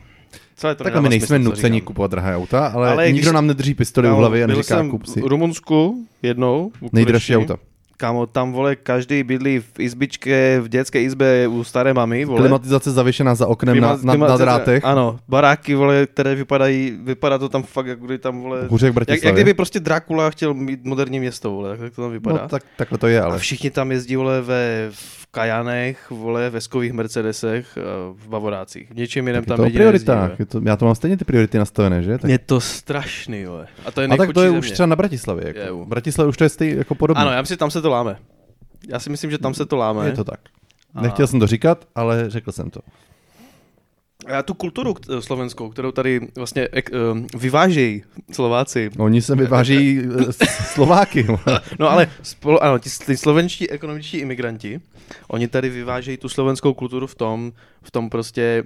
Speaker 1: celé to
Speaker 2: Takhle my
Speaker 1: nedává
Speaker 2: nejsme
Speaker 1: smysl, co
Speaker 2: nuceni
Speaker 1: říkám.
Speaker 2: kupovat drahé auta, ale,
Speaker 1: Ale
Speaker 2: ale
Speaker 1: když-
Speaker 2: nikdo nám nedrží pistoli u hlavy a
Speaker 1: Byl
Speaker 2: neříká
Speaker 1: jsem
Speaker 2: kup si
Speaker 1: v Rumunsku jednou. u
Speaker 2: nejdražší
Speaker 1: Kuličky.
Speaker 2: auta.
Speaker 1: Kámo, tam vole, každý bydlí v izbičke, v dětské izbě u staré mamy, vole.
Speaker 2: Klimatizace zavěšená za oknem na,
Speaker 1: Klima-
Speaker 2: na, na
Speaker 1: klimatizace-
Speaker 2: drátech.
Speaker 1: Ano, baráky, vole, které vypadají, vypadá to tam fakt, jak kdyby tam, vole,
Speaker 2: Hůře jak
Speaker 1: jak, jak
Speaker 2: Bratislavě.
Speaker 1: kdyby prostě Drakula chtěl mít moderní město, vole, tak to tam vypadá.
Speaker 2: no, tak, takhle to je,
Speaker 1: A
Speaker 2: ale.
Speaker 1: všichni tam jezdí, vole, ve, v kajanech, vole, ve skových Mercedesech, eh, v Bavorácích. V něčem jiném
Speaker 2: Tak je
Speaker 1: tam
Speaker 2: to o
Speaker 1: lidi nejezdí,
Speaker 2: prioritách.
Speaker 1: vole.
Speaker 2: Je to, já to mám stejně ty priority nastavené, že? Tak,
Speaker 1: Je to strašný, vole. A to je
Speaker 2: a tak to je
Speaker 1: země.
Speaker 2: už třeba na Bratislavě.
Speaker 1: Je,
Speaker 2: Jako.
Speaker 1: u.
Speaker 2: V Bratislavě už to je stej, jako podobné.
Speaker 1: Ano, já myslím, tam se to láme. Já si myslím, že tam se to láme.
Speaker 2: je to tak. Nechtěl jsem to říkat, ale řekl jsem to.
Speaker 1: A já tu kulturu k- slovenskou, kterou tady vlastně ek, ehm, vyvážejí Slováci.
Speaker 2: Oni se vyváží eh, s- Slováky. vole.
Speaker 1: No ale spolu, ano, ti, ti slovenští ekonomičtí imigranti, oni tady vyvážejí tu slovenskou kulturu v tom, v tom prostě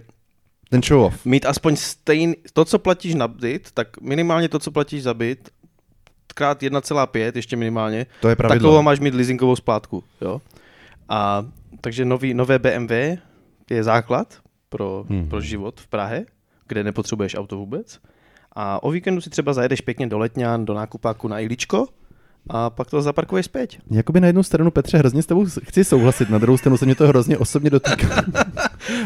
Speaker 2: Ten show off.
Speaker 1: mít aspoň stejný, to, co platíš na byt, tak minimálně to, co platíš za byt, krát 1,5 ještě minimálně,
Speaker 2: To je pravidlo.
Speaker 1: takovou máš mít leasingovou splátku, jo. A takže nový, nové BMW je základ pro, hmm. pro život v Prahe, kde nepotřebuješ auto vůbec. A o víkendu si třeba zajedeš pěkně do Letňan, do nákupáku na Iličko a pak to zaparkuješ zpět.
Speaker 2: Jakoby na jednu stranu, Petře, hrozně s tebou s- chci souhlasit, na druhou stranu se mě to hrozně osobně dotýká.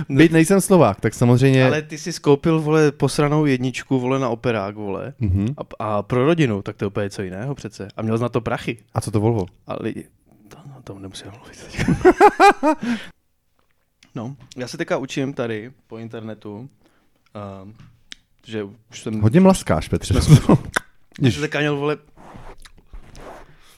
Speaker 2: Byť nejsem Slovák, tak samozřejmě...
Speaker 1: Ale ty si skoupil, vole, posranou jedničku, vole, na operák, vole.
Speaker 2: Mhm.
Speaker 1: Mm-hmm. A, a, pro rodinu, tak to je úplně co jiného přece. A měl jsi na to prachy.
Speaker 2: A co to Volvo?
Speaker 1: A lidi, to, no, to nemusíme mluvit teď. no, já se teďka učím tady po internetu, uh, že už jsem...
Speaker 2: Hodně mlaskáš, Petře.
Speaker 1: Já jsem teďka měl, vole...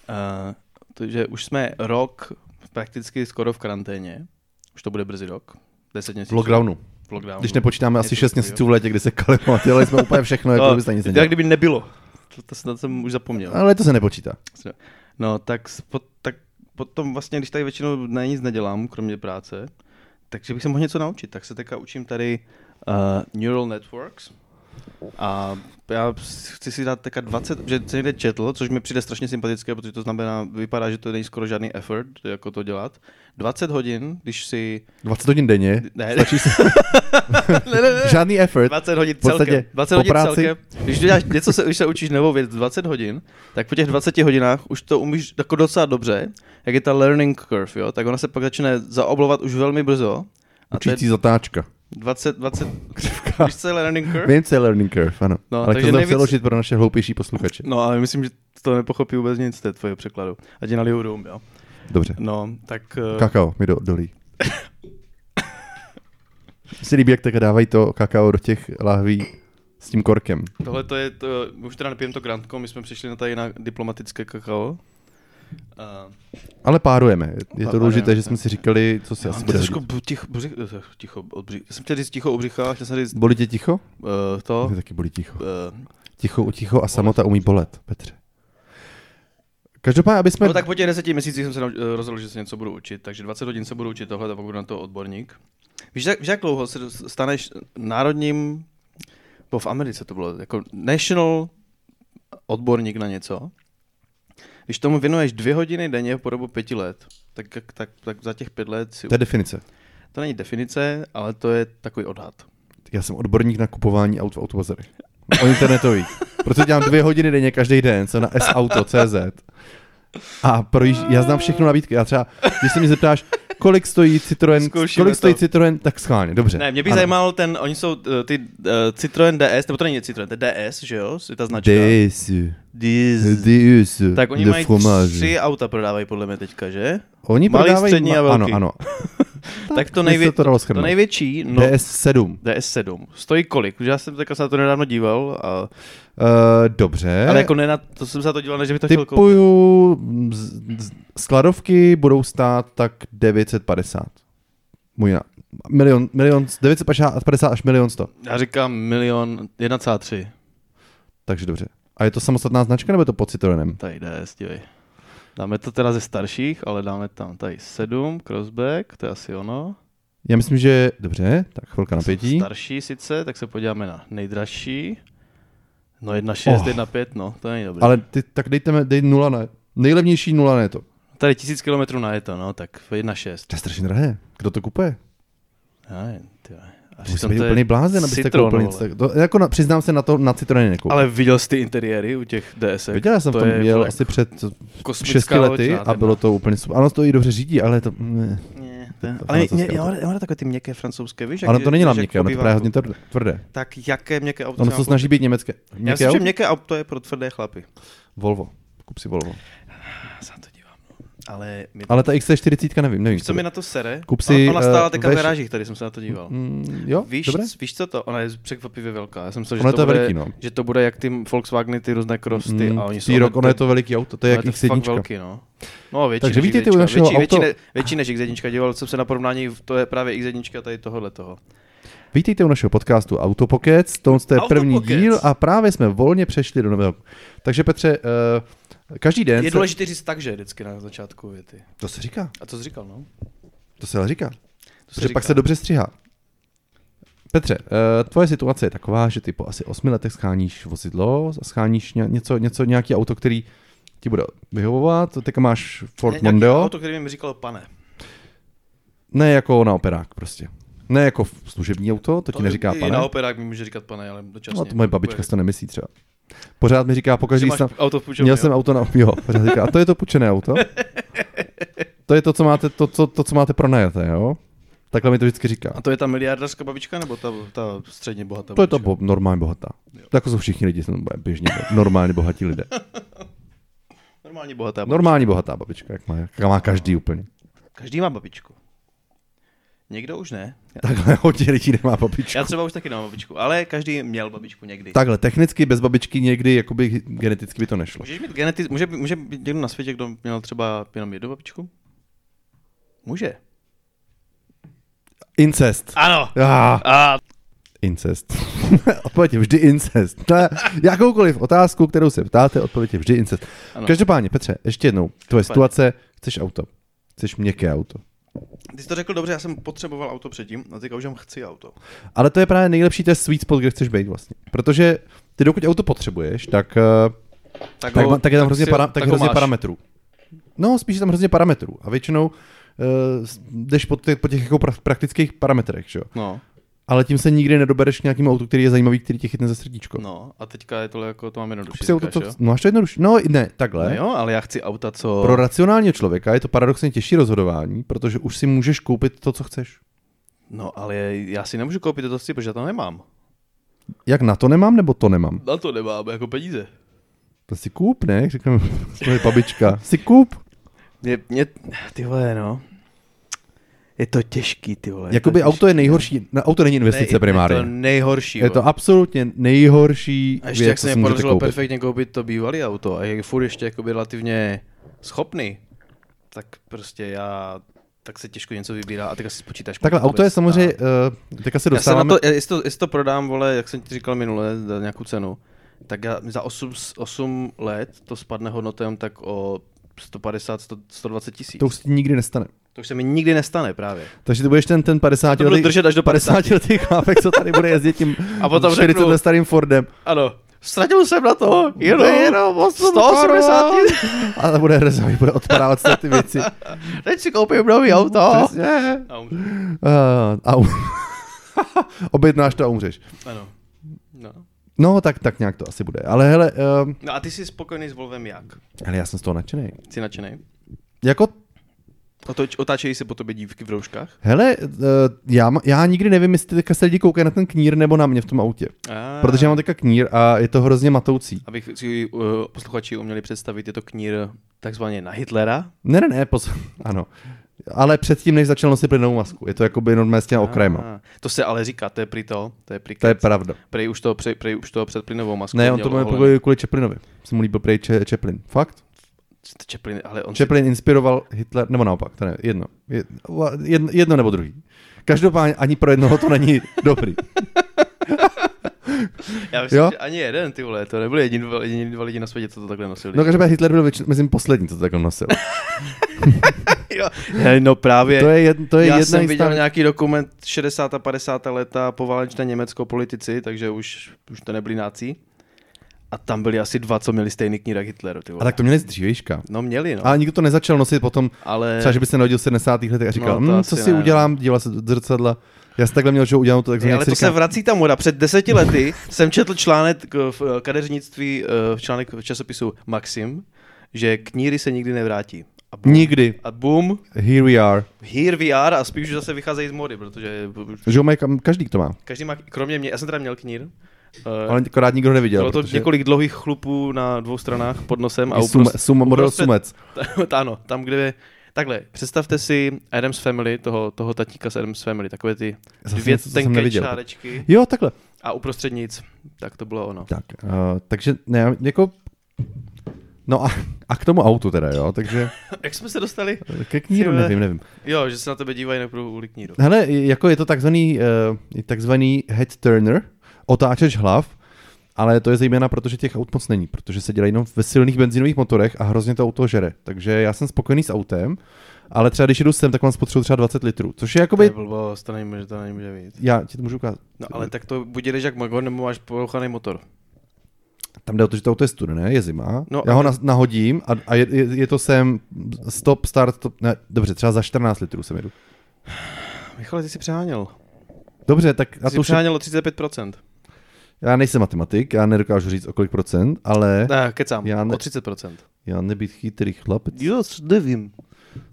Speaker 1: Uh, to, že už jsme rok prakticky skoro v karanténě. Už to bude brzy rok. 10
Speaker 2: v
Speaker 1: měsíců.
Speaker 2: lockdownu.
Speaker 1: V lockdownu.
Speaker 2: Když nepočítáme asi
Speaker 1: Něco
Speaker 2: 6
Speaker 1: takového.
Speaker 2: měsíců v létě, kdy se kalimo a dělali jsme úplně všechno, jako by se nic
Speaker 1: to, to jak
Speaker 2: nedělali.
Speaker 1: No, kdyby nebylo. To, to snad jsem už zapomněl.
Speaker 2: Ale to se nepočítá.
Speaker 1: No, tak, s- po, tak potom vlastně, když tady většinou na nic nedělám, kromě práce, takže bych se mohl něco naučit. Tak se teďka učím tady uh, Neural Networks. A já s- chci si dát teďka 20, že jsem někde četl, což mi přijde strašně sympatické, protože to znamená, vypadá, že to není skoro žádný effort, jako to dělat. 20 hodin, když si...
Speaker 2: 20 hodin denně,
Speaker 1: Ne.
Speaker 2: stačí se...
Speaker 1: Ne, ne, ne,
Speaker 2: Žádný effort.
Speaker 1: 20 hodin
Speaker 2: podstatě
Speaker 1: celkem. 20
Speaker 2: po
Speaker 1: hodin
Speaker 2: práci-
Speaker 1: celkem. Když, děláš něco se, když se učíš novou věc 20 hodin, tak po těch 20 hodinách už to umíš jako docela dobře, jak je ta learning curve, jo? tak ona se pak začne zaoblovat už velmi brzo. A to je
Speaker 2: Učící zatáčka.
Speaker 1: 20, 20, víš, co je learning curve?
Speaker 2: Vím, co je learning curve, ano.
Speaker 1: No,
Speaker 2: Ale
Speaker 1: takže
Speaker 2: chtěl jsem
Speaker 1: nejvíc-
Speaker 2: přeložit pro naše hloupější posluchače.
Speaker 1: No ale myslím, že to nepochopí vůbec nic té tvoje překladu. A dělali ho room, jo.
Speaker 2: Dobře.
Speaker 1: No, tak... eh,
Speaker 2: Kakao mi do, dolí. Mně Se líbí, jak tak dávají to kakao do těch lahví s tím korkem.
Speaker 1: Tohle to je, to, my už teda nepijeme to grantko, my jsme přišli na tady na diplomatické kakao. A-
Speaker 2: Ale párujeme. Je to
Speaker 1: Párujeme,
Speaker 2: důležité, že jsme si říkali, co si
Speaker 1: Já
Speaker 2: asi
Speaker 1: jsem tě
Speaker 2: bude
Speaker 1: trošku
Speaker 2: hodit.
Speaker 1: bu- ticho, břich, eh, ticho, od břich, jsem chtěl říct ticho u břicha, chtěl jsem říct
Speaker 2: Bolí tě ticho?
Speaker 1: uh,
Speaker 2: To
Speaker 1: to,
Speaker 2: taky bolí ticho.
Speaker 1: uh,
Speaker 2: Ticho, ticho a samota umí bolet, Petře. Každopádně, aby jsme...
Speaker 1: no tak po těch deseti měsících jsem se nauč- eh, rozhodl, že se něco budu učit, takže 20 hodin se budu učit tohle, a pak budu na to odborník. Víš, jak, víš, jak dlouho se dos- staneš národním, bo v Americe to bylo, jako national odborník na něco, když tomu věnuješ dvě hodiny denně po dobu pěti let, tak, tak, tak, tak za těch pět let si...
Speaker 2: To je definice.
Speaker 1: To není definice, ale to je takový odhad.
Speaker 2: Tak Já jsem odborník na kupování aut v autobazarech. O internetových. Proto dělám dvě hodiny denně každý den, co na sauto.cz. A projíž, já znám všechno nabídky. Já třeba, když se mě zeptáš, kolik stojí Citroen,
Speaker 1: Zkoušíme
Speaker 2: kolik stojí
Speaker 1: to.
Speaker 2: Citroen, tak schválně, dobře.
Speaker 1: Ne, mě by
Speaker 2: Ano.
Speaker 1: zajímal ten, oni jsou eh, ty eh, Citroen DS, nebo to není Citroen, to je DS, že jo? Je ta značka.
Speaker 2: DS,
Speaker 1: DS.
Speaker 2: DS,
Speaker 1: Tak oni
Speaker 2: de
Speaker 1: mají
Speaker 2: fromage.
Speaker 1: tři auta prodávají podle mě teďka, že?
Speaker 2: Oni
Speaker 1: malý,
Speaker 2: prodávají,
Speaker 1: střední
Speaker 2: ma-
Speaker 1: a velký.
Speaker 2: Ano, ano.
Speaker 1: Tak to,
Speaker 2: by se
Speaker 1: nejvě-
Speaker 2: to dalo
Speaker 1: to
Speaker 2: schrnout.
Speaker 1: největší, no,
Speaker 2: DS7.
Speaker 1: DS7. Stojí kolik? Už Já jsem tak se na to nedávno díval, a,
Speaker 2: Uh, dobře.
Speaker 1: ale jako ne na, to jsem se na to díval, ne, že by to chtěl koupit.
Speaker 2: Typuju, z, z, skladovky budou stát tak 950. Můj na, milion, milion, 950 až milion 100.
Speaker 1: Já říkám milion, 1,3.
Speaker 2: Takže dobře. A je to samostatná značka, nebo je to pod Citroenem?
Speaker 1: Tady DS, dívej. Dáme to teda ze starších, ale dáme tam tady 7, crossback, to je asi ono.
Speaker 2: Já myslím, že... Dobře, tak chvilka
Speaker 1: Jsou
Speaker 2: napětí.
Speaker 1: Starší sice, tak se podíváme na nejdražší. No 1,6,
Speaker 2: Oh.
Speaker 1: 1,5, no, to není dobré.
Speaker 2: Ale ty, tak dejte, mi- dej nula na... Nejlevnější nula na to.
Speaker 1: Tady 1000 km na je to, no, tak 1,6.
Speaker 2: To je strašně drahé. Kdo to kupuje?
Speaker 1: Já nevím, ty vole. A
Speaker 2: To musí
Speaker 1: přitom
Speaker 2: být
Speaker 1: to je
Speaker 2: úplný blázen, abyste
Speaker 1: Citroen,
Speaker 2: koupili něco.
Speaker 1: vole.
Speaker 2: tak- To, jako na, přiznám se, na to na Citroeny nekoupil.
Speaker 1: Ale viděl jsi ty interiéry u těch DS?
Speaker 2: Viděl já jsem v
Speaker 1: to
Speaker 2: tom
Speaker 1: je,
Speaker 2: měl
Speaker 1: vole,
Speaker 2: asi před
Speaker 1: kosmická
Speaker 2: 6 lety
Speaker 1: loď, no.
Speaker 2: a bylo to úplně super. Ano, to i dobře řídí, ale to... Ne.
Speaker 1: Ne, to je-
Speaker 2: To
Speaker 1: ale mě,
Speaker 2: francouzské
Speaker 1: já,
Speaker 2: auto.
Speaker 1: já, já takové ty měkké francouzské, víš? jak
Speaker 2: Ano,
Speaker 1: je- jako
Speaker 2: to není na
Speaker 1: jak
Speaker 2: měkké, ono to
Speaker 1: pobývá-
Speaker 2: právě hodně tvrdé- tvrdé.
Speaker 1: Tak jaké měkké auto?
Speaker 2: Ono
Speaker 1: se
Speaker 2: se
Speaker 1: má
Speaker 2: snaží být německé.
Speaker 1: Já
Speaker 2: Měkké
Speaker 1: myslím, že
Speaker 2: auto?
Speaker 1: měkké auto je pro tvrdé chlapy.
Speaker 2: Volvo. Kup si Volvo.
Speaker 1: Já se na to dívám. no. Ale, mi,
Speaker 2: Ale ta XC40, nevím, nevím.
Speaker 1: víš, co mi na to sere?
Speaker 2: Kup si,
Speaker 1: ona, ona stála
Speaker 2: eh,
Speaker 1: teďka v
Speaker 2: veš-
Speaker 1: garážích, tady jsem se na to díval.
Speaker 2: Mm, jo,
Speaker 1: Víš,
Speaker 2: dobré.
Speaker 1: víš, co to? Ona je překvapivě velká. Já jsem myslel, že,
Speaker 2: Ono je
Speaker 1: to,
Speaker 2: to
Speaker 1: bude,
Speaker 2: veliký, no.
Speaker 1: že to bude jak ty Volkswageny, ty různé krosty.
Speaker 2: Mm,
Speaker 1: a oni jsou
Speaker 2: T-Roc, ono je to veliký auto, to je jak
Speaker 1: Ale fakt
Speaker 2: X1.
Speaker 1: velký, no. No, větší
Speaker 2: Takže
Speaker 1: než
Speaker 2: vítejte u
Speaker 1: X1,
Speaker 2: našeho
Speaker 1: větší,
Speaker 2: auto-
Speaker 1: Větší, ne, větší než X1, díval jsem se na porovnání, to je právě X1 tady tohohle toho.
Speaker 2: Vítejte u našeho podcastu Autopokec, tohle je
Speaker 1: Autopokec.
Speaker 2: první díl a právě jsme volně přešli do nového. Takže Petře, eh, každý den
Speaker 1: Je
Speaker 2: se...
Speaker 1: důležité říct tak, že vždycky na začátku věty.
Speaker 2: To se říká,
Speaker 1: A co jsi říkal, no?
Speaker 2: to se ale říká.
Speaker 1: To jsi
Speaker 2: Protože pak
Speaker 1: říkal.
Speaker 2: se dobře střihá. Petře, eh, tvoje situace je taková, že ty po asi osmi letech scháníš vozidlo, scháníš ně- něco, něco, nějaký auto, který ti bude vyhovovat, teďka máš Ford
Speaker 1: Ně- nějaký
Speaker 2: Mondeo,
Speaker 1: Auto, který mi říkal pane.
Speaker 2: ne jako na operák prostě. Ne jako v- služební auto, to, ti neříká
Speaker 1: i- i
Speaker 2: pane.
Speaker 1: na operák mi může říkat pane, ale dočasně. Jako,
Speaker 2: no, to moje babička si to nemyslí třeba. Pořád mi říká,
Speaker 1: Že
Speaker 2: pokaždý
Speaker 1: máš
Speaker 2: snad,
Speaker 1: auto půjčený,
Speaker 2: měl
Speaker 1: jo?
Speaker 2: jsem auto na... Jo, pořád říká, a to je to půjčené auto? To je to, co máte, to, co, to, co máte pronajaté, jo? Takhle mi to vždycky říká.
Speaker 1: A to je ta miliardářská babička, nebo ta, ta středně bohatá
Speaker 2: To je ta
Speaker 1: babička?
Speaker 2: bo- normálně bohatá. Jako jsou všichni lidi, no, běžně, normálně bohatí lidé.
Speaker 1: Normálně bohatá babička.
Speaker 2: Normálně bohatá babička, jak má, jak má každý úplně.
Speaker 1: Každý má babičku. Někdo už ne. Já-
Speaker 2: Takhle hodně lidí nemá babičku.
Speaker 1: Já třeba už taky nemám babičku, ale každý měl babičku někdy.
Speaker 2: Takhle, technicky bez babičky někdy jakoby geneticky by to nešlo.
Speaker 1: Můžeš mít geneticky, může, být- může být někdo na světě, kdo měl třeba jenom jednu babičku? Může.
Speaker 2: Incest.
Speaker 1: Ano.
Speaker 2: Ah,
Speaker 1: A
Speaker 2: incest. odpověď je vždy incest. Na jakoukoliv otázku, kterou se ptáte, odpověď je vždy incest.
Speaker 1: Ano.
Speaker 2: Každopádně, Petře, ještě jednou, tvoje situace, chceš auto. Chceš měkké auto.
Speaker 1: ty jsi to řekl dobře, já jsem potřeboval auto předtím, a teďka už jenom chci auto.
Speaker 2: Ale to je právě nejlepší ten sweet spot, kde chceš být vlastně. Protože ty dokud auto potřebuješ, tak eh,
Speaker 1: No, Tak,
Speaker 2: Tak,
Speaker 1: ho-
Speaker 2: ma- tak je tam hrozně,
Speaker 1: si-
Speaker 2: para, tak
Speaker 1: ho
Speaker 2: je hrozně
Speaker 1: máš.
Speaker 2: parametrů. No, spíš je tam hrozně parametrů. A většinou uh, jdeš po, těch- po těch jako pra, praktických parametrech, že? jo.
Speaker 1: No,
Speaker 2: Ale tím se nikdy nedobereš k nějakému autu, který je zajímavý, který tě chytne za srdíčko.
Speaker 1: no, a teďka je tohle jako, to mám jednodušší,
Speaker 2: Kup si auto,
Speaker 1: říkáš, jo?
Speaker 2: co, no, až to jednodušší. No, i ne, takhle.
Speaker 1: No jo, ale já chci auta, co...
Speaker 2: Pro racionálního člověka je to paradoxně těžší rozhodování, protože už si můžeš koupit to, co chceš.
Speaker 1: No, ale já si nemůžu koupit to, co chci, protože já to nemám.
Speaker 2: Jak na to nemám, nebo to nemám?
Speaker 1: Na to nemám, jako peníze.
Speaker 2: To si koup, ne? Jak Řekne moje babička. Si koup.
Speaker 1: Mě, mě, ty vole, no. Je to těžký, ty vole.
Speaker 2: Jakoby
Speaker 1: je to
Speaker 2: Jako auto je nejhorší. Na auto
Speaker 1: těžký.
Speaker 2: není investice
Speaker 1: Ne,
Speaker 2: primárně.
Speaker 1: Je to nejhorší.
Speaker 2: Je
Speaker 1: vole.
Speaker 2: to absolutně nejhorší
Speaker 1: a ještě
Speaker 2: věc,
Speaker 1: jak se
Speaker 2: co si
Speaker 1: mi
Speaker 2: můžete
Speaker 1: podařilo
Speaker 2: koupit.
Speaker 1: perfektně koupit to bývalé auto a je furt ještě jakoby relativně schopný, tak prostě já, tak se těžko něco vybírá a tak asi spočítáš.
Speaker 2: Takhle,
Speaker 1: kolik
Speaker 2: auto je
Speaker 1: vůbec
Speaker 2: samozřejmě,
Speaker 1: stá.
Speaker 2: uh, teďka se
Speaker 1: no. Já se na
Speaker 2: dostáváme,
Speaker 1: to, já- jestli to, jestli to prodám, vole, jak jsem ti říkal minule, za nějakou cenu, tak já, za 8, 8 let to spadne hodnotem tak o 150, 100, 120 tisíc.
Speaker 2: to už se ti nikdy nestane.
Speaker 1: To už se mi nikdy nestane právě.
Speaker 2: Takže ty budeš ten, ten 50
Speaker 1: To budu
Speaker 2: letý,
Speaker 1: držet až do 50.
Speaker 2: 50 letý chlápek, co tady bude jezdit tím
Speaker 1: A potom
Speaker 2: 40
Speaker 1: řeknu-
Speaker 2: let starým Fordem.
Speaker 1: Ano, No. ztratil jsem na to jenom,
Speaker 2: Jenom 8
Speaker 1: 180
Speaker 2: korun.
Speaker 1: tisíc.
Speaker 2: A bude rezavý, bude odpadávat se ty věci.
Speaker 1: Teď si koupím nový auto.
Speaker 2: Přesně.
Speaker 1: No, A umřu.
Speaker 2: A, a um... objednáš to a umřeš.
Speaker 1: Ano. No.
Speaker 2: No, tak, tak nějak to asi bude. Ale hele, uh,
Speaker 1: no a ty jsi spokojený s Volvem jak?
Speaker 2: hele já jsem z toho nadšený.
Speaker 1: Jsi nadšený?
Speaker 2: Jako
Speaker 1: Otoč, otáčejí se po tobě dívky v rouškách?
Speaker 2: Hele, eh, já, ma- já nikdy nevím, jestli teďka se lidi koukají na ten knír nebo na mě v tom autě.
Speaker 1: A,
Speaker 2: Protože já mám teďka knír a je to hrozně matoucí.
Speaker 1: Abych si uh, posluchači uměli představit, je to knír takzvaně na Hitlera.
Speaker 2: Ne, ne, ne, pozor, ano. Ale předtím, než začal nosit plynovou masku, je to jakoby normálně s těma
Speaker 1: Ah,
Speaker 2: okrajema.
Speaker 1: A, to se ale říká, to je prý to, to je prý
Speaker 2: To je
Speaker 1: kec.
Speaker 2: pravda.
Speaker 1: Prej už to, prej, prej už to před plynovou maskou.
Speaker 2: Ne, on
Speaker 1: měl
Speaker 2: to byl
Speaker 1: oholený.
Speaker 2: kvůli, kvůli Chaplinovi. Se mu líbil prej Če- Chaplin. Fakt?
Speaker 1: Chaplin, ale on si,
Speaker 2: Chaplin inspiroval Hitler, nebo naopak, to ne, jedno. Je- Jedno, jedno nebo druhý. Každopádně ani pro jednoho to není dobrý.
Speaker 1: já myslím,
Speaker 2: jo?
Speaker 1: že ani jeden, ty vole, to nebyly jediní dva, jediní dva lidi na světě, co to takhle nosili.
Speaker 2: No každopádně Hitler byl většinou, myslím, poslední, co to takhle nosil.
Speaker 1: jo. Hej, no právě.
Speaker 2: To je, jed, to je
Speaker 1: já
Speaker 2: jedna
Speaker 1: jsem viděl
Speaker 2: jistá-
Speaker 1: nějaký dokument 60. a 50. leta poválečné Německo politici, takže už, už to nebyli nácí. A tam byli asi dva, co měli stejný knír jak Hitler. Ty vole.
Speaker 2: A tak to měli z dřívějška.
Speaker 1: No měli, no.
Speaker 2: A nikdo to nezačal nosit potom,
Speaker 1: Ale
Speaker 2: třeba, že by se narodil v 70. letech a říkal,
Speaker 1: Eh. No, to
Speaker 2: no, hm, co
Speaker 1: asi
Speaker 2: si
Speaker 1: ne, no."
Speaker 2: udělám, díval se do zrcadla. Já jsem takhle měl, že udělám to
Speaker 1: Ej,
Speaker 2: takzvaně,
Speaker 1: ale
Speaker 2: jak
Speaker 1: to
Speaker 2: říká,
Speaker 1: se vrací ta moda. Před deseti lety jsem četl článek k- v eh, kadeřnictví, eh, článek v časopisu Maxim, že kníry se nikdy nevrátí. A bum,
Speaker 2: nikdy.
Speaker 1: a boom,
Speaker 2: Here we are.
Speaker 1: here we are a spíš už zase vycházejí z mody, protože
Speaker 2: Že jo, mají kam- každý to má.
Speaker 1: každý má, kromě mě, já jsem teda měl knír, eh,
Speaker 2: Ale akorát nikdo neviděl.
Speaker 1: Bylo to
Speaker 2: protože-
Speaker 1: několik prostě. dlouhých chlupů na dvou stranách pod nosem a
Speaker 2: I sum,
Speaker 1: uprost,
Speaker 2: sum, model
Speaker 1: uprostřed-
Speaker 2: sumec.
Speaker 1: t- ano, tam kde je, takhle, představte si Adams Family, toho, toho tatíka z Adams Family, takové ty
Speaker 2: Zase
Speaker 1: dvě
Speaker 2: něco, co jsem
Speaker 1: tenké
Speaker 2: neviděl.
Speaker 1: čárečky
Speaker 2: Jo, takhle.
Speaker 1: a uprostřed nic, tak to bylo ono.
Speaker 2: Tak, uh, takže ne, jako... No a, a k tomu autu teda, jo, takže
Speaker 1: Jak jsme se dostali?
Speaker 2: ke kníru
Speaker 1: Ty vole.
Speaker 2: nevím, nevím.
Speaker 1: Jo, že se na tebe dívají na průhu ulikní
Speaker 2: Hele, jako je to takzvaný, eh, takzvaný head turner, otáčeč hlav, ale to je zejména proto, že těch aut moc není, protože se dělají jenom ve silných benzínových motorech a hrozně to auto žere. Takže já jsem spokojený s autem, ale třeba když jdu sem, tak mám spotřebu třeba 20 litrů, což je
Speaker 1: To je
Speaker 2: jakoby,
Speaker 1: blbost, to nemůže, to nemůže být.
Speaker 2: já ti to můžu ukázat.
Speaker 1: No ale tak to buď jedeš jak Magon, nebo máš porouchaný motor.
Speaker 2: Tam jde o to, že to auto je studené, je zima,
Speaker 1: No
Speaker 2: no,
Speaker 1: a-
Speaker 2: já ho na- nahodím a, a je, je, je to sem stop, start, stop, ne, dobře, třeba za 14 litrů sem jedu.
Speaker 1: Michale, ty jsi přeháněl.
Speaker 2: Dobře, tak
Speaker 1: Ty
Speaker 2: a
Speaker 1: jsi
Speaker 2: to už je,
Speaker 1: přeháněl o 35%.
Speaker 2: já nejsem matematik, já nedokážu říct o kolik procent, ale
Speaker 1: Ne, kecám,
Speaker 2: Já ne-
Speaker 1: o 30%.
Speaker 2: já nebýt chytrý chlapec.
Speaker 1: Jo, nevím.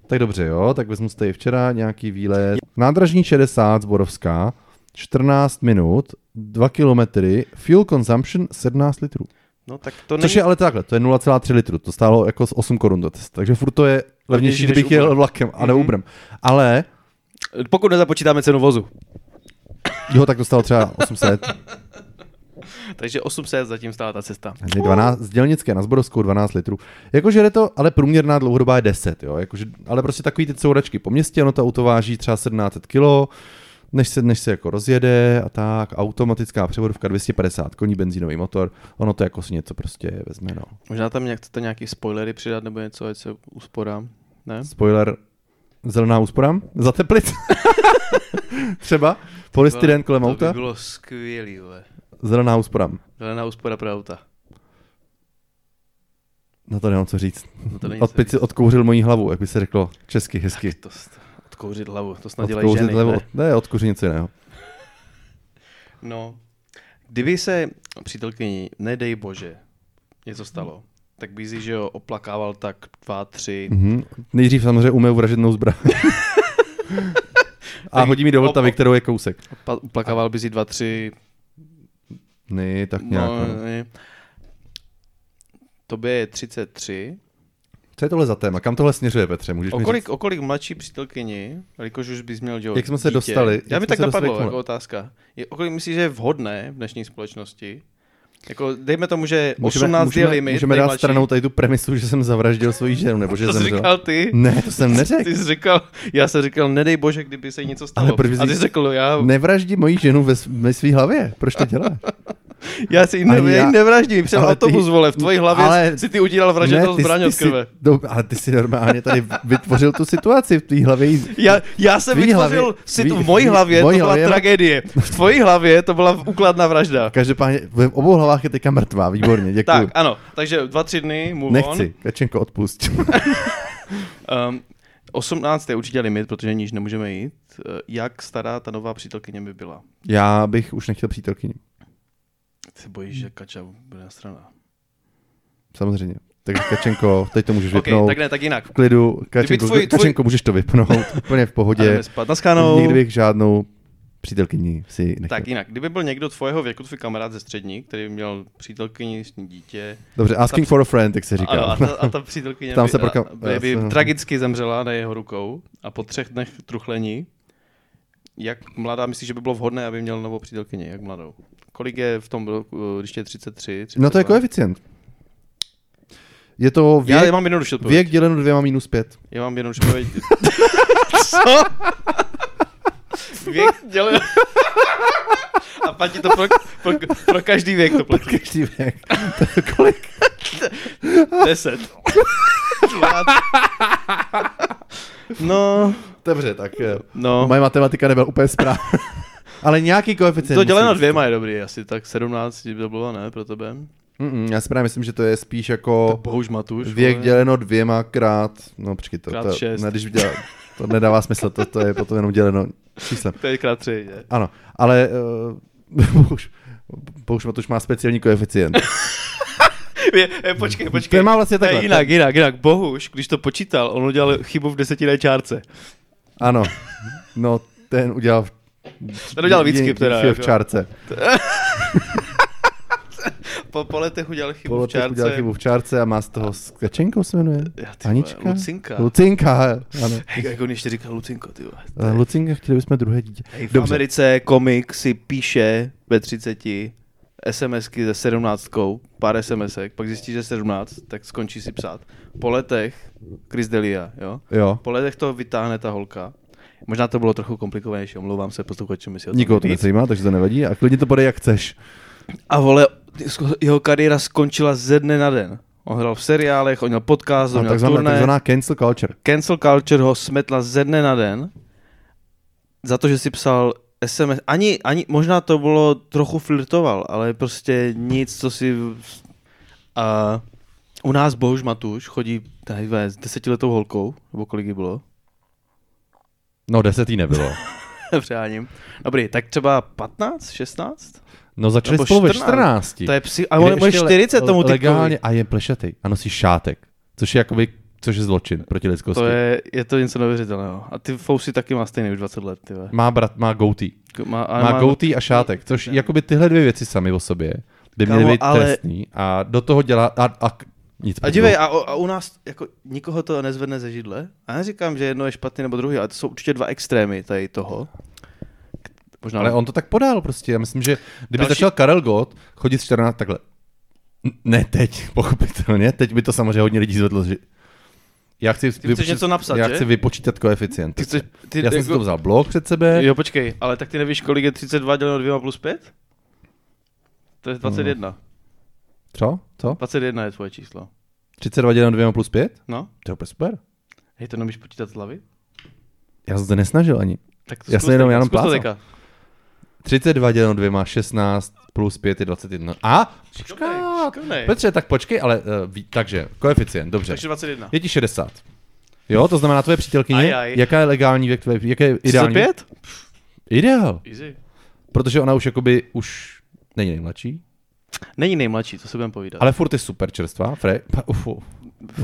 Speaker 2: Tak dobře, jo, tak vezmu jste včera nějaký výlet. Nádražní 60 z Borovská, 14 minut, 2 kilometry, fuel consumption 17 litrů.
Speaker 1: No tak to není
Speaker 2: Což je ale takhle, to je 0,3 litru, to stálo jako z 8 korun do cest, takže furt to je levnější,
Speaker 1: než
Speaker 2: kdybych
Speaker 1: Uber.
Speaker 2: jel vlakem a ne
Speaker 1: Mhm.
Speaker 2: Uberem. Ale,
Speaker 1: Pokud nezapočítáme cenu vozu.
Speaker 2: jo, tak to stálo třeba 800,
Speaker 1: Takže 800 zatím stála ta cesta.
Speaker 2: takže 12, z Dělnické na Zborovskou 12 litrů. Jakože jde to, ale průměrná dlouhodobá je 10, jo, jakože, ale prostě takový ty couračky po městě, ono to auto váží třeba 1700 kilo, než se, než se jako rozjede a tak, automatická převodovka 250 koní, benzínový motor, ono to jako si něco prostě vezme, no.
Speaker 1: Možná tam nějak, chcete nějaký spoilery přidat nebo něco, ať se usporám. Ne?
Speaker 2: Spoiler, zelená úsporám, zateplit. Třeba polystyren kolem
Speaker 1: to
Speaker 2: auta,
Speaker 1: by bylo skvělý, vole.
Speaker 2: zelená úsporám.
Speaker 1: Zelená úspora pro auta.
Speaker 2: Na to nemám co říct.
Speaker 1: No to není
Speaker 2: Od, si odkouřil moji hlavu, jak by se řeklo česky, hezky.
Speaker 1: tak to st- odkouřit hlavu, to snad dělají
Speaker 2: Odkouřit
Speaker 1: ženy.
Speaker 2: hlavu,
Speaker 1: ne?
Speaker 2: od- ne, odkouřit něco jiného.
Speaker 1: No. Kdyby se přítelkyni, nedej bože, něco stalo, tak by si, že jo, oplakával tak dva, tři.
Speaker 2: Mm-hmm. Nejdřív samozřejmě umyl vražednou zbraň. a hodí mi do Vltavy, kterou je kousek.
Speaker 1: Pa- Uplakával by si dva, tři.
Speaker 2: Ne, tak nějak.
Speaker 1: No,
Speaker 2: No.
Speaker 1: ne. Tobě je 33.
Speaker 2: Co je tohle za téma? Kam tohle směřuje, Petře? Můžeš
Speaker 1: O
Speaker 2: mi
Speaker 1: kolik, o kolik mladší přítelkyni, jelikož už bys měl dělat
Speaker 2: Jak jsme se
Speaker 1: dítě,
Speaker 2: dostali- jak
Speaker 1: Já mi
Speaker 2: jsme
Speaker 1: tak
Speaker 2: se dostali k
Speaker 1: napadlo
Speaker 2: tomu?
Speaker 1: jako otázka. Je, o kolik myslíš, že je vhodné v dnešní společnosti? Jako, dejme tomu, že 18
Speaker 2: můžeme,
Speaker 1: je limit.
Speaker 2: můžeme dát
Speaker 1: nejmladší.
Speaker 2: stranou tady tu premisu, že jsem zavraždil svoji ženu, nebo že
Speaker 1: To jsi
Speaker 2: jsem
Speaker 1: říkal ty?
Speaker 2: Ne, to jsem neřekl.
Speaker 1: Ty jsi říkal, já jsem říkal, nedej bože, kdyby se jí něco stalo.
Speaker 2: Ale proč bys
Speaker 1: a ty
Speaker 2: jí-
Speaker 1: jsi řekl, já, ne,
Speaker 2: Nevraždi moji ženu ve, s- ve svý hlavě. Proč to děláš?
Speaker 1: já si ji
Speaker 2: Ani
Speaker 1: ne, já,
Speaker 2: já-
Speaker 1: nevraždím, před
Speaker 2: ale ty-
Speaker 1: autobus, vole, v tvojí hlavě ale,
Speaker 2: ale-
Speaker 1: si ty udělal vražednou zbraň od
Speaker 2: si,
Speaker 1: krve.
Speaker 2: do, ale ty si normálně tady vytvořil tu situaci v tvý hlavě. jí-
Speaker 1: Já, já jsem
Speaker 2: Tvý
Speaker 1: vytvořil
Speaker 2: hlavě-
Speaker 1: si tu,
Speaker 2: tvý-
Speaker 1: v mojí hlavě,
Speaker 2: mojí
Speaker 1: to byla
Speaker 2: hlavě-
Speaker 1: tragédie. V tvojí hlavě to byla úkladná vražda.
Speaker 2: Každopádně v obou hlavách je teďka mrtvá. Výborně, děkuji.
Speaker 1: Tak, ano, takže dva, tři dny, move on.
Speaker 2: Nechci. Kačenko, odpust.
Speaker 1: Um, 18 je určitě limit, protože níž nemůžeme jít. Eh, Jak stará ta nová přítelkyně by byla?
Speaker 2: Já bych už nechtěl přítelkyni.
Speaker 1: Ty se bojíš, že Kača bude na strana.
Speaker 2: Samozřejmě. Takže Kačenko, teď to můžeš
Speaker 1: OK,
Speaker 2: vypnout.
Speaker 1: tak ne, tak jinak.
Speaker 2: V klidu, Kačenko,
Speaker 1: tvůj- tvůj-
Speaker 2: Kačenko, můžeš to vypnout, úplně v
Speaker 1: A
Speaker 2: pohodě.
Speaker 1: jdeme spát na skánou.
Speaker 2: Nikdy bych žádnou přítelkyni si nechtěl.
Speaker 1: Tak jinak, kdyby byl někdo tvojho věku, tvůj kamarád ze střední, který měl přítelkyni, s ní dítě,
Speaker 2: Dobře, asking for a friend, jak se říká.
Speaker 1: Ano, a ta, a ta přítelkyně
Speaker 2: Tam
Speaker 1: by,
Speaker 2: se pro kam-
Speaker 1: a- by, by
Speaker 2: Jasně.
Speaker 1: tragicky zemřela na jeho rukou a po třech dnech truchlení. Jak mladá myslíš, že by bylo vhodné, aby měl novou přítelkyni? Jak mladou? Kolik je v tom roku, když je 33? 32?
Speaker 2: No to je koeficient. Je to věk,
Speaker 1: Já mám jednodušší odpověď.
Speaker 2: věk děleno dvěma minus pět.
Speaker 1: Já mám jednodušší odpověď. Co? Věk dělá... A platí to pro, pro, pro každý věk to platí.
Speaker 2: Každý věk. To je kolik?
Speaker 1: 10. No,
Speaker 2: Dobře, tak eh,
Speaker 1: no.
Speaker 2: moje matematika nebyla úplně správná. Ale nějaký koeficient.
Speaker 1: To děleno
Speaker 2: musí být.
Speaker 1: dvěma je dobrý, asi tak 17 by to bylo, ne, pro tebe?
Speaker 2: Mm, mm, já si právě myslím, že to je spíš jako
Speaker 1: Bohuž Matuš.
Speaker 2: věk
Speaker 1: vole.
Speaker 2: děleno dvěma krát, no počkej, to,
Speaker 1: Krát
Speaker 2: to,
Speaker 1: šest.
Speaker 2: ne, když dělá, to nedává smysl, to, to je potom jenom děleno číslem.
Speaker 1: To je krát tři, ne?
Speaker 2: Ano, ale uh, už, už Matuš má speciální koeficient.
Speaker 1: Je, je, eh, počkej, počkej.
Speaker 2: Ten má vlastně
Speaker 1: To je
Speaker 2: takhle.
Speaker 1: jinak, jinak, jinak. Bohuž, když to počítal, on udělal chybu v desetinné čárce.
Speaker 2: Ano, no ten udělal v
Speaker 1: Ten udělal víc
Speaker 2: je-
Speaker 1: chyb teda.
Speaker 2: je v
Speaker 1: jako.
Speaker 2: čárce.
Speaker 1: Po, po letech udělal chybu v
Speaker 2: Polotek
Speaker 1: čárce.
Speaker 2: udělal chybu v čárce a má z toho s Kačenkou se jmenuje?
Speaker 1: Já, ty,
Speaker 2: Anička?
Speaker 1: vole, Lucinka.
Speaker 2: Lucinka, ano.
Speaker 1: Hej, jak on ještě říkal Lucinko, ty vole.
Speaker 2: Eh, Lucinka, chtěli bychom druhé dítě.
Speaker 1: Hej, v
Speaker 2: Dobře,
Speaker 1: Americe komik si píše ve 30 SMSky se 17, pár SMSek, pak zjistí, že je 17, tak skončí si psát. Po letech, Chris Delia, jo?
Speaker 2: jo.
Speaker 1: Po letech to vytáhne ta holka. Možná to bylo trochu komplikovanější, omlouvám se posluchačům, jestli o tom
Speaker 2: Nikoho to
Speaker 1: víc.
Speaker 2: nezajímá, takže to nevadí a klidně to bude jak chceš.
Speaker 1: A vole, sko- jeho kariéra skončila ze dne na den. On hrál v seriálech, on měl podcast, on
Speaker 2: Ano,
Speaker 1: měl
Speaker 2: takzvaná,
Speaker 1: turné.
Speaker 2: takzvaná cancel culture.
Speaker 1: Cancel culture ho smetla ze dne na den za to, že si psal SMS. Ani, ani možná to bylo, trochu flirtoval, ale prostě nic, co si... A u nás Bohuž Matuš chodí tady ve, s desetiletou holkou, nebo kolik jí bylo,
Speaker 2: No desetý nebylo.
Speaker 1: přáním. Dobrý, tak třeba 15, 16?
Speaker 2: No začali
Speaker 1: Nebo
Speaker 2: spolu ve
Speaker 1: 14.
Speaker 2: 14.
Speaker 1: To je psi, a on je
Speaker 2: ještě le-
Speaker 1: 40 tomu tykovi.
Speaker 2: Legálně a je plešatý a nosí šátek, což je jakoby, což je zločin proti lidskosti.
Speaker 1: To je, je to něco neuvěřitelného. A ty fousy taky má stejný už 20 let, ty vole. Jako
Speaker 2: Má brat, má goatee.
Speaker 1: Má, ale
Speaker 2: Má, má goatee a šátek, což jakoby tyhle dvě věci samy o sobě by
Speaker 1: Kámo,
Speaker 2: měly být
Speaker 1: ale-
Speaker 2: trestný a do toho dělá a, a nic
Speaker 1: A dívej, a, o- a u nás jako nikoho to nezvedne ze židle. A já neříkám, že jedno je špatný nebo druhý, ale to jsou určitě dva extrémy tady toho. K- Možná
Speaker 2: Ale on to tak podal prostě. Já myslím, že kdyby
Speaker 1: Další-
Speaker 2: Další... začal Karel Gott chodit s 14 takhle. N- Ne teď, pochopitelně. Teď by to samozřejmě hodně lidí zvedlo. Že... Já chci,
Speaker 1: chceš něco napsat,
Speaker 2: já
Speaker 1: že?
Speaker 2: chci vypočítat koeficient.
Speaker 1: Ty chceš- ty-
Speaker 2: já jsem si
Speaker 1: jako-
Speaker 2: to vzal blok před sebe.
Speaker 1: Jo, počkej, ale tak ty nevíš, kolik je 32 děleno 2 plus 5? To je 21.
Speaker 2: Co? Co?
Speaker 1: 21 je tvoje číslo.
Speaker 2: 32 děleno 2 plus 5?
Speaker 1: No,
Speaker 2: To je úplně super.
Speaker 1: hej, to nemůžeš počítat z hlavy?
Speaker 2: Já jsem se nesnažil ani.
Speaker 1: Tak
Speaker 2: Já
Speaker 1: zkus
Speaker 2: jsem jenom-
Speaker 1: teďka,
Speaker 2: já jenom
Speaker 1: zkus to
Speaker 2: plácal.
Speaker 1: teďka.
Speaker 2: 32 děleno 2 má 16, plus 5 je 21. A?
Speaker 1: Šikovnej,
Speaker 2: Počkat.
Speaker 1: šikovnej.
Speaker 2: Petře, tak počkej, ale uh, ví, takže, koeficient, dobře.
Speaker 1: Takže 21.
Speaker 2: Je ti 60. Jo, to znamená tvoje přítelkyně.
Speaker 1: Aj, aj.
Speaker 2: Jaká je legální věk tvoje, jaké je ideální?
Speaker 1: 35?
Speaker 2: Ideál,
Speaker 1: Easy.
Speaker 2: protože ona už jakoby už není nejmladší,
Speaker 1: Není nejmladší, to se budeme povídat.
Speaker 2: ale furt je super čerstvá, fre, pa, ufu,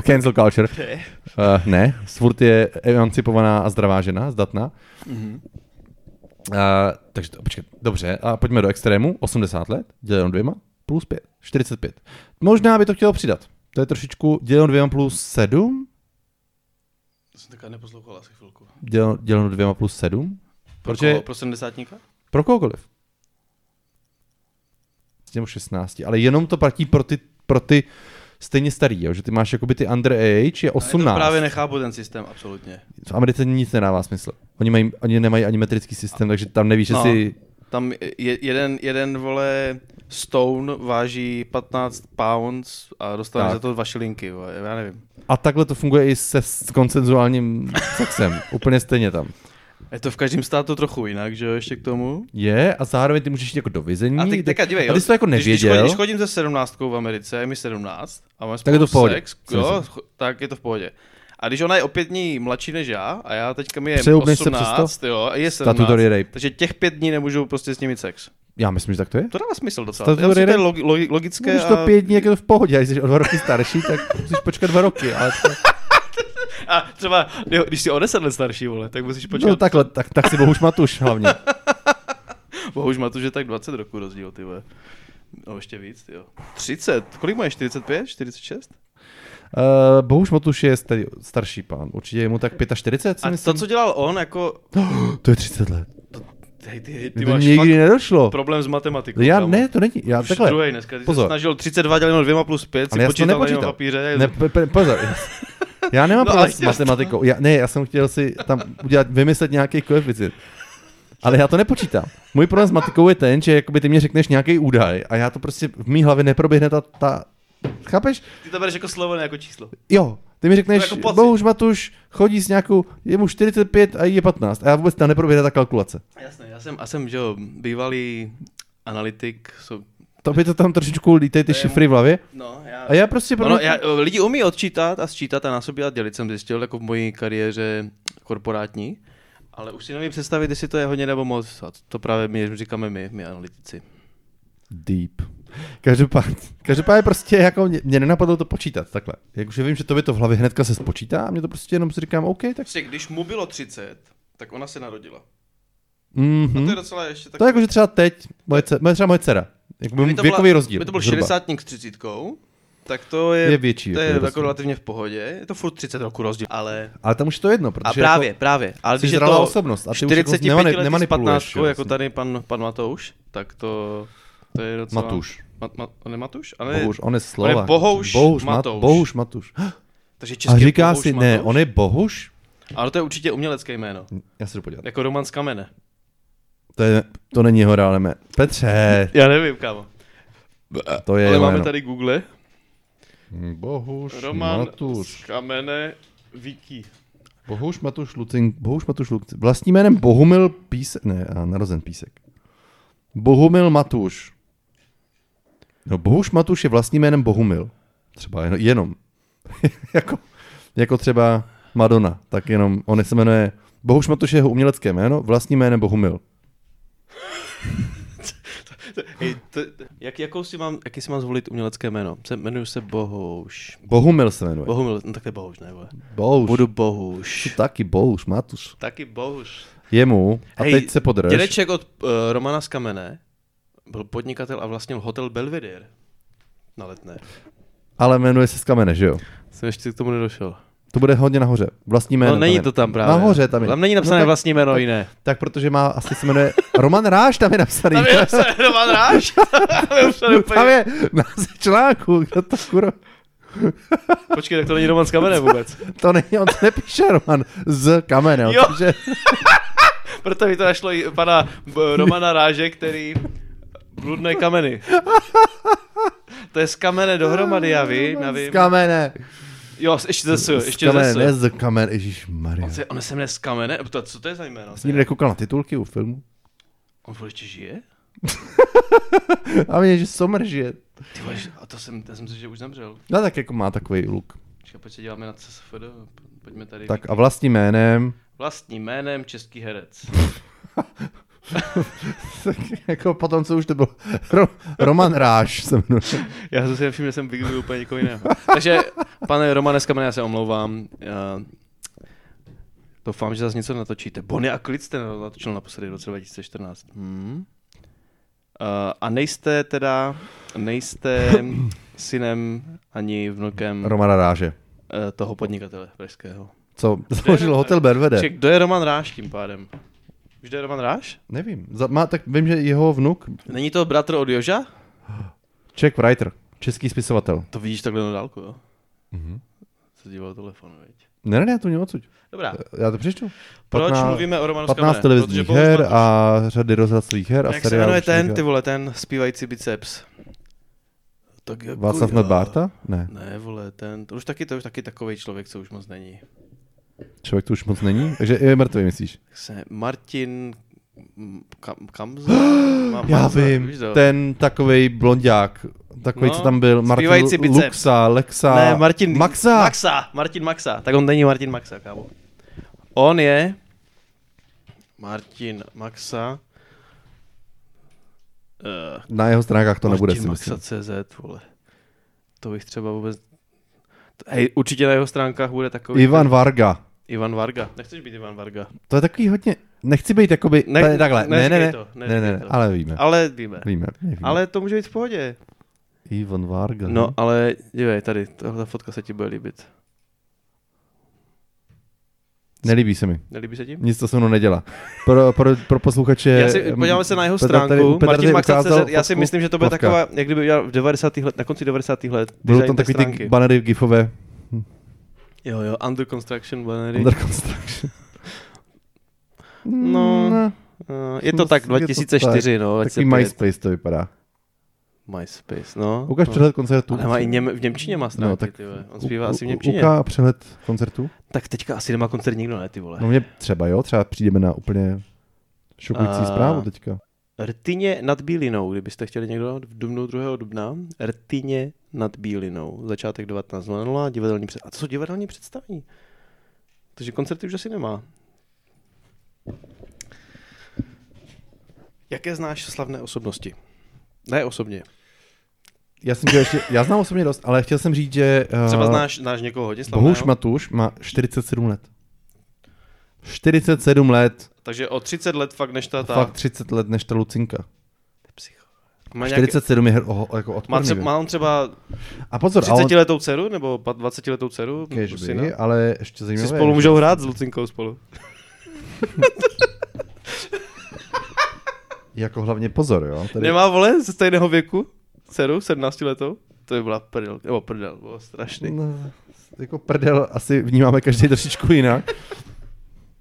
Speaker 2: cancel culture,
Speaker 1: Ne.
Speaker 2: uh, ne, furt je emancipovaná a zdravá žena, zdatná.
Speaker 1: Mhm.
Speaker 2: Uh, takže to, počkat, dobře, a pojďme do extrému, 80 let, děleno dvěma, plus 5, 45. Možná by to chtělo přidat, to je trošičku děleno dvěma plus 7,
Speaker 1: To jsem taká neposlouchal asi chvilku.
Speaker 2: děleno, děleno dvěma plus 7,
Speaker 1: Pro,
Speaker 2: Protože-
Speaker 1: koho? pro sedmdesátníka?
Speaker 2: Pro kohokoliv. S těm 16. Ale jenom to platí pro ty, pro ty stejně starý, jo? že ty máš jakoby ty underage, je
Speaker 1: Já to
Speaker 2: 18.
Speaker 1: právě nechápu ten systém, absolutně.
Speaker 2: V Americe nic nedává smysl. Oni, mají, oni nemají ani metrický systém, takže tam nevíš,
Speaker 1: No.
Speaker 2: no. jestli...
Speaker 1: Tam je, jeden, jeden vole stone váží 15 pounds a dostane
Speaker 2: Tak.
Speaker 1: za to dva šilinky, vole, já nevím.
Speaker 2: A takhle to funguje i se s koncenzuálním sexem. Úplně stejně tam.
Speaker 1: Je to v každém státu trochu jinak, že jo, ještě k tomu.
Speaker 2: Je a zároveň ty můžeš jít jako do vězení.
Speaker 1: A teď, teďka dívej,
Speaker 2: a ty jsi to jako
Speaker 1: když, když,
Speaker 2: nevěděl.
Speaker 1: chodím, když chodím se 17 v Americe, je mi 17 a máme
Speaker 2: Tak je to v pohodě,
Speaker 1: sex,
Speaker 2: si
Speaker 1: jo,
Speaker 2: myslím.
Speaker 1: cho- tak je to v pohodě. A když ona je o pět dní mladší než já, a já teďka mi je
Speaker 2: Přejoubneš se přes to?
Speaker 1: 18, jo, a je 17,
Speaker 2: Statutory rape.
Speaker 1: takže těch pět dní nemůžu prostě s nimi sex.
Speaker 2: Já myslím, že tak to je.
Speaker 1: To dává smysl docela.
Speaker 2: To-
Speaker 1: To,
Speaker 2: to
Speaker 1: to, to je
Speaker 2: jde-
Speaker 1: logi- logi- logické.
Speaker 2: Když to pět dní, jak je to v pohodě, a když jsi o dva roky starší, tak musíš počkat dva roky. Ale to,
Speaker 1: a, a třeba, jo, když jsi o 10 let starší, vole, tak musíš počkat.
Speaker 2: no takhle, tak, tak si bohuž matuš hlavně.
Speaker 1: Bohuž má to, že tak 20 roku rozdíl, ty vole. No ještě víc, ty jo. 30, kolik má je? 45, 46?
Speaker 2: Uh, bohuž matuš je starý, starší pán, určitě je mu tak 45, si
Speaker 1: A
Speaker 2: myslím.
Speaker 1: to, co dělal on, jako...
Speaker 2: To je 30 let.
Speaker 1: Hej, ty, ty
Speaker 2: Mně to
Speaker 1: máš
Speaker 2: nikdy
Speaker 1: fakt
Speaker 2: nedošlo. No
Speaker 1: problém s matematikou.
Speaker 2: Já
Speaker 1: kámo.
Speaker 2: ne, to není. Já
Speaker 1: Už
Speaker 2: takhle.
Speaker 1: druhý dneska, ty Pozor.
Speaker 2: Pozor.
Speaker 1: se snažil 32 děleno 2 plus 5,
Speaker 2: Ale
Speaker 1: si
Speaker 2: já jsem to
Speaker 1: počítal na
Speaker 2: nepočítal.
Speaker 1: jenom papíře.
Speaker 2: Ne, pe, pe, pozor. Já nemám
Speaker 1: No,
Speaker 2: no,
Speaker 1: ale
Speaker 2: s
Speaker 1: chtěl
Speaker 2: matematikou. Já, ne, já jsem chtěl si tam udělat, vymyslet nějaký koeficient. Ale já to nepočítám. Můj problém s matikou je ten, že jakoby ty mě řekneš nějaký údaj a já to prostě v mý hlavě neproběhne ta, ta... Chápeš?
Speaker 1: Ty to bereš jako slovo, ne jako číslo.
Speaker 2: Jo, ty mi řekneš,
Speaker 1: To jako
Speaker 2: jako
Speaker 1: pocit.
Speaker 2: bohuž Matuš chodí s nějakou, je mu 45 a jí je 15 a já vůbec tam neproběhne ta kalkulace.
Speaker 1: Jasné, já jsem, já jsem, že jo, bývalý analytik, jsou,
Speaker 2: To by to tam trošičku lítej ty
Speaker 1: je
Speaker 2: šifry v hlavě.
Speaker 1: no, já...
Speaker 2: A já prostě... pro
Speaker 1: Ono,
Speaker 2: mě-
Speaker 1: já, lidi umí odčítat a sčítat a násobit a dělit, jsem zjistil, jako v mojí kariéře korporátní, ale už si nevím představit, jestli to je hodně nebo moc. A to právě my říkáme my, my analytici.
Speaker 2: Deep. Každopádně, každopádně prostě jako mě, mě nenapadlo to počítat takhle. Jak už vím, že to by to v hlavě hnedka se spočítá a mě to prostě jenom si říkám, OK, tak...
Speaker 1: Prostě když mu bylo 30, tak ona se narodila.
Speaker 2: Mm-hmm. To, je
Speaker 1: docela ještě tak...
Speaker 2: to je jako, že třeba teď, moje, ce, moje, třeba moje dcera, jako by věkový rozdíl.
Speaker 1: By to byl
Speaker 2: zhruba.
Speaker 1: 60 s 30, tak to je,
Speaker 2: Je větší,
Speaker 1: To
Speaker 2: jako
Speaker 1: je
Speaker 2: je to
Speaker 1: jako
Speaker 2: jsou.
Speaker 1: relativně v pohodě. Je to furt 30 roku rozdíl, ale...
Speaker 2: Ale tam už je to jedno, protože
Speaker 1: A právě,
Speaker 2: jako,
Speaker 1: právě. Ale
Speaker 2: jsi
Speaker 1: když je
Speaker 2: zralá
Speaker 1: to
Speaker 2: osobnost a ty už jako
Speaker 1: 45
Speaker 2: nemani,
Speaker 1: letý s
Speaker 2: nemanipuluješ.
Speaker 1: 15,
Speaker 2: jo,
Speaker 1: jako
Speaker 2: jasně.
Speaker 1: tady pan, pan Matouš, tak to, to je docela...
Speaker 2: Matuš.
Speaker 1: Mat, mat, on je Matuš? Ale
Speaker 2: Bohuž, on je Slovak.
Speaker 1: Bohouš
Speaker 2: Mat-
Speaker 1: Matouš.
Speaker 2: Bohuš Matouš.
Speaker 1: Takže
Speaker 2: A
Speaker 1: český
Speaker 2: říká
Speaker 1: Bohouš
Speaker 2: si,
Speaker 1: Matouš.
Speaker 2: ne, on je Bohuš?
Speaker 1: Ale to je určitě umělecké jméno.
Speaker 2: Já se jdu podívat.
Speaker 1: Jako Roman z kamene.
Speaker 2: To, je, to není jeho reálné jméno. Petře,
Speaker 1: Já nevím, kámo.
Speaker 2: to je
Speaker 1: Ale
Speaker 2: jeho
Speaker 1: máme
Speaker 2: jméno.
Speaker 1: tady Google.
Speaker 2: Hmm, Bohuš
Speaker 1: Roman
Speaker 2: Matuš.
Speaker 1: z kamene Viki.
Speaker 2: Bohuš Matuš Lucin, Bohuš Matuš Lucin, vlastním jménem Bohumil Písek, ne, a narozen Písek. Bohumil Matuš. No Bohuš Matuš je vlastním jménem Bohumil. Třeba jen, jenom. jako, jako třeba Madonna, tak jenom, on se jmenuje, Bohuš Matuš je jeho umělecké jméno, vlastním jménem Bohumil.
Speaker 1: Hej, to, jak, jakou si mám, jaký si mám zvolit umělecké jméno? Se, jmenuji se Bohouš.
Speaker 2: Bohumil se jmenuje.
Speaker 1: Bohumil, no tak to je Bohouš, ne? vole.
Speaker 2: Bohuš.
Speaker 1: Budu Bohouš.
Speaker 2: Taky Bohuš Matuš.
Speaker 1: Taky Bohouš.
Speaker 2: Jemu, a
Speaker 1: Hej,
Speaker 2: teď se podrž.
Speaker 1: Dědeček od uh, Romana z Kamene byl podnikatel a vlastnil hotel Belvedere na letné.
Speaker 2: Ale jmenuje se z kamene, že jo?
Speaker 1: Jsem ještě k tomu nedošel.
Speaker 2: To bude hodně nahoře. Vlastní jméno.
Speaker 1: No není
Speaker 2: je.
Speaker 1: to tam právě.
Speaker 2: Nahoře tam je. No
Speaker 1: Tam není napsané
Speaker 2: tak-
Speaker 1: vlastní jméno jiné.
Speaker 2: Tak protože má, asi se jmenuje Roman Ráš, tam je napsaný.
Speaker 1: Tam je napsané Roman Ráš. Tam je napsané úplně-
Speaker 2: tam je na článku, kdo to kuro.
Speaker 1: Počkej, tak to není Roman z Kamene vůbec.
Speaker 2: To není, on to nepíše Roman z kamene. on
Speaker 1: Jo.
Speaker 2: píše-
Speaker 1: Proto mi to našlo i pana B- Romana Ráže, který bludné kameny. To je z kamene dohromady, já vím, já
Speaker 2: z
Speaker 1: vím.
Speaker 2: kamene.
Speaker 1: Jo, ještě ze S,
Speaker 2: Z
Speaker 1: ještě ze
Speaker 2: kamene, ne
Speaker 1: S.
Speaker 2: z kamene, ježíš Maria.
Speaker 1: On se- On se jmenuje z kamene? To- Co to je za jméno?
Speaker 2: Jsi někde koukal na titulky u filmu?
Speaker 1: On vůbec ještě žije?
Speaker 2: A mě, že Sommer žije.
Speaker 1: Ty vole, že- a to jsem, já jsem si, že už zemřel.
Speaker 2: No tak jako má takový look.
Speaker 1: Čekaj, pojď se díváme na CSFD, pojďme tady.
Speaker 2: Tak a vlastním jménem,
Speaker 1: Vlastním jménem český herec.
Speaker 2: tak jako potom, co už to bylo, Ro, Roman Ráš se jmenuje.
Speaker 1: Já jsem si nevšiml, že jsem vygooglil úplně někoho jiného. Takže, pane Romane z Kamene, já se omlouvám. Já... Doufám, že zase něco natočíte. Bonnie a Klid jste natočil naposledy v roce 2014. Hmm. Uh, a nejste teda, nejste synem ani vnukem uh,
Speaker 2: Romana Ráže.
Speaker 1: toho podnikatele pražského.
Speaker 2: Co, založil hotel Bervede.
Speaker 1: Ček, kdo je Roman Ráš tím pádem? Už je Roman Ráš?
Speaker 2: Nevím, za, má, tak vím, že jeho vnuk,
Speaker 1: Není to bratr od Joža?
Speaker 2: Czech writer, český spisovatel.
Speaker 1: To vidíš takhle na dálku, jo?
Speaker 2: Mhm.
Speaker 1: Se díval telefon, viď?
Speaker 2: Ne, ne, ne, to mě odsud.
Speaker 1: Dobrá,
Speaker 2: Já to přečtu.
Speaker 1: proč
Speaker 2: Patná-
Speaker 1: mluvíme o Romanu z
Speaker 2: 15
Speaker 1: Kamene? Protože
Speaker 2: televizních
Speaker 1: Bohuš
Speaker 2: her
Speaker 1: Matuš-
Speaker 2: a řady rozhlasových her a
Speaker 1: Jak se
Speaker 2: seriálů
Speaker 1: jmenuje ten,
Speaker 2: všech
Speaker 1: ty
Speaker 2: her.
Speaker 1: vole, ten zpívající biceps? Tak jako
Speaker 2: Václav
Speaker 1: jo.
Speaker 2: Nadbárta? Ne,
Speaker 1: Ne, vole, ten, to už taky, to už taky takový člověk, co už moc není.
Speaker 2: člověk tu už moc není, takže je mrtvý, myslíš?
Speaker 1: Jak se, Martin M- Kam, Kamza? Ma-
Speaker 2: Já
Speaker 1: Mamza,
Speaker 2: vím,
Speaker 1: víš to?
Speaker 2: ten takový blondiák, takový,
Speaker 1: No,
Speaker 2: co tam byl, Martin
Speaker 1: zpívající
Speaker 2: Lu-
Speaker 1: biceps.
Speaker 2: Luxa, Lexa,
Speaker 1: Ne, Martin
Speaker 2: Maxa.
Speaker 1: Maxa, Martin Maxa, tak on není Martin Maxa, kámo. On je Martin Maxa. Uh,
Speaker 2: Na jeho stránkách to nebude, si myslím.
Speaker 1: CZ, vole. To bych třeba vůbec... To- Hej, určitě na jeho stránkách bude takový...
Speaker 2: Ivan Varga.
Speaker 1: Ivan Varga. Nechceš být Ivan Varga.
Speaker 2: To je takový hodně... Nechci být jakoby...
Speaker 1: Ne-
Speaker 2: Ne, tady, takhle. Ne, ne,
Speaker 1: neříkej
Speaker 2: ne,
Speaker 1: to,
Speaker 2: ne,
Speaker 1: neříkej
Speaker 2: ne, ne,
Speaker 1: to.
Speaker 2: ale víme.
Speaker 1: Ale víme.
Speaker 2: Víme, nevíme.
Speaker 1: Ale to může být v pohodě.
Speaker 2: Ivan Varga.
Speaker 1: No, ale dívej, tady, tahle fotka se ti bude líbit.
Speaker 2: Nelíbí se mi.
Speaker 1: Nelíbí se ti?
Speaker 2: Nic to se mnou nedělá. Pro, pro, pro posluchače...
Speaker 1: Já si,
Speaker 2: em,
Speaker 1: podíváme se na jeho
Speaker 2: Petr tady-
Speaker 1: stránku.
Speaker 2: Petr
Speaker 1: Martin
Speaker 2: tady
Speaker 1: Maxa
Speaker 2: ukázal
Speaker 1: já si
Speaker 2: fotku
Speaker 1: myslím, že to bude
Speaker 2: plavka.
Speaker 1: taková, jak kdyby udělal v 90. let, na konci 90. let.
Speaker 2: Budou
Speaker 1: design
Speaker 2: tam
Speaker 1: té
Speaker 2: takový ty
Speaker 1: stránky.
Speaker 2: banery gifové.
Speaker 1: Jo, jo, under construction bannery.
Speaker 2: Under construction. Hmm,
Speaker 1: No,
Speaker 2: Ne,
Speaker 1: Eh, je to tak
Speaker 2: Je to
Speaker 1: 2004, no.
Speaker 2: Takový
Speaker 1: 2005.
Speaker 2: MySpace to vypadá.
Speaker 1: MySpace, no.
Speaker 2: Ukaž
Speaker 1: no.
Speaker 2: přehled koncertů.
Speaker 1: Ale má i něm, v Němčině má stránky, no,
Speaker 2: No,
Speaker 1: tak,
Speaker 2: tak
Speaker 1: ty vole. On zpívá asi v
Speaker 2: U- u-
Speaker 1: Němčině.
Speaker 2: Uká přehled koncertů?
Speaker 1: Tak teďka asi nemá koncert nikdo, ne, ty vole.
Speaker 2: No mě třeba jo, třeba přijdeme na úplně šokující
Speaker 1: A-
Speaker 2: zprávu teďka.
Speaker 1: Rtyně nad Bílinou, kdybyste chtěli někdo v dubnu 2. dubna. Rtyně nad Bílinou, začátek 19.00, divadelní před... A to jsou divadelní představení. Takže koncerty už asi nemá. Jaké znáš slavné osobnosti? Ne osobně.
Speaker 2: Já jsem chtěl ještě, já znám osobně dost, ale chtěl jsem říct, že eh,
Speaker 1: Třeba znáš, znáš někoho hodně slavného.
Speaker 2: Bohuš Matuš má 47 let. 47 let,
Speaker 1: Takže o 30 let fakt než ta...
Speaker 2: ta.
Speaker 1: ta...
Speaker 2: fakt 30 let než ta Lucinka.
Speaker 1: Psycho. Má, nějaký...
Speaker 2: 47 je hro- oho- jako
Speaker 1: má,
Speaker 2: odporný.
Speaker 1: třeba,
Speaker 2: věk.
Speaker 1: má on třeba
Speaker 2: A pozor, ale
Speaker 1: 30 letou dceru nebo 20 letou dceru?
Speaker 2: Kežby,
Speaker 1: syna?
Speaker 2: ale ještě
Speaker 1: Si
Speaker 2: zajímavé.
Speaker 1: spolu můžou hrát s Lucinkou spolu.
Speaker 2: Jako hlavně pozor, jo. Tady,
Speaker 1: Nemá vole ze stejného věku? Dceru, 17 letou? To by byla prdel, nebo prdel, bylo strašný.
Speaker 2: No, jako prdel asi vnímáme každý trošičku jinak.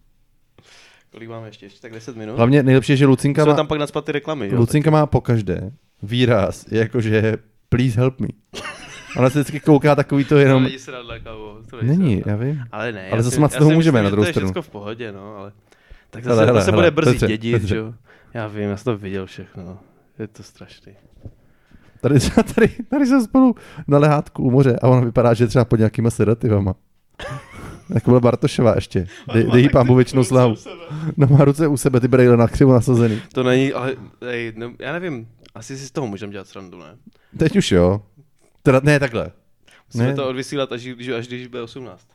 Speaker 1: Kolik máme ještě? Ještě tak 10 minut?
Speaker 2: Hlavně nejlepší je, že Lucinka
Speaker 1: Jsou
Speaker 2: má,
Speaker 1: tam pak nadspat ty reklamy, jo?
Speaker 2: Lucinka má po každé výraz, jakože please help me. Ona se vždycky kouká takový to
Speaker 1: To
Speaker 2: jenom,
Speaker 1: není sranda, kámo. To není
Speaker 2: není,
Speaker 1: sranda.
Speaker 2: já vím.
Speaker 1: Ale ne,
Speaker 2: Ale
Speaker 1: já
Speaker 2: zase
Speaker 1: si-
Speaker 2: moc
Speaker 1: já
Speaker 2: toho
Speaker 1: si
Speaker 2: můžeme
Speaker 1: myslím, že
Speaker 2: na druhou
Speaker 1: To je
Speaker 2: stranu.
Speaker 1: všechno v pohodě, no, ale... Tak
Speaker 2: Hele,
Speaker 1: zase,
Speaker 2: hele,
Speaker 1: zase
Speaker 2: hele,
Speaker 1: bude brzy
Speaker 2: Petře,
Speaker 1: dědit,
Speaker 2: Petře.
Speaker 1: jo? Já vím, já jsem to viděl všechno. no. Je to strašný.
Speaker 2: Tady, třeba- tady, tady jsem spolu na lehátku u moře a ona vypadá, že je třeba pod nějakýma sedativama. Tak byla Bartošová ještě. Dej, dej jí pámbu věčnou slávu. No má ruce u sebe, ty brejle na křivu nasazený.
Speaker 1: To není, ale ej, ne, já nevím, asi si z toho můžeme dělat srandu, ne?
Speaker 2: Teď už jo. Teda ne takhle.
Speaker 1: Musíme
Speaker 2: Ne.
Speaker 1: to odvysílat, až, když- až když bude 18.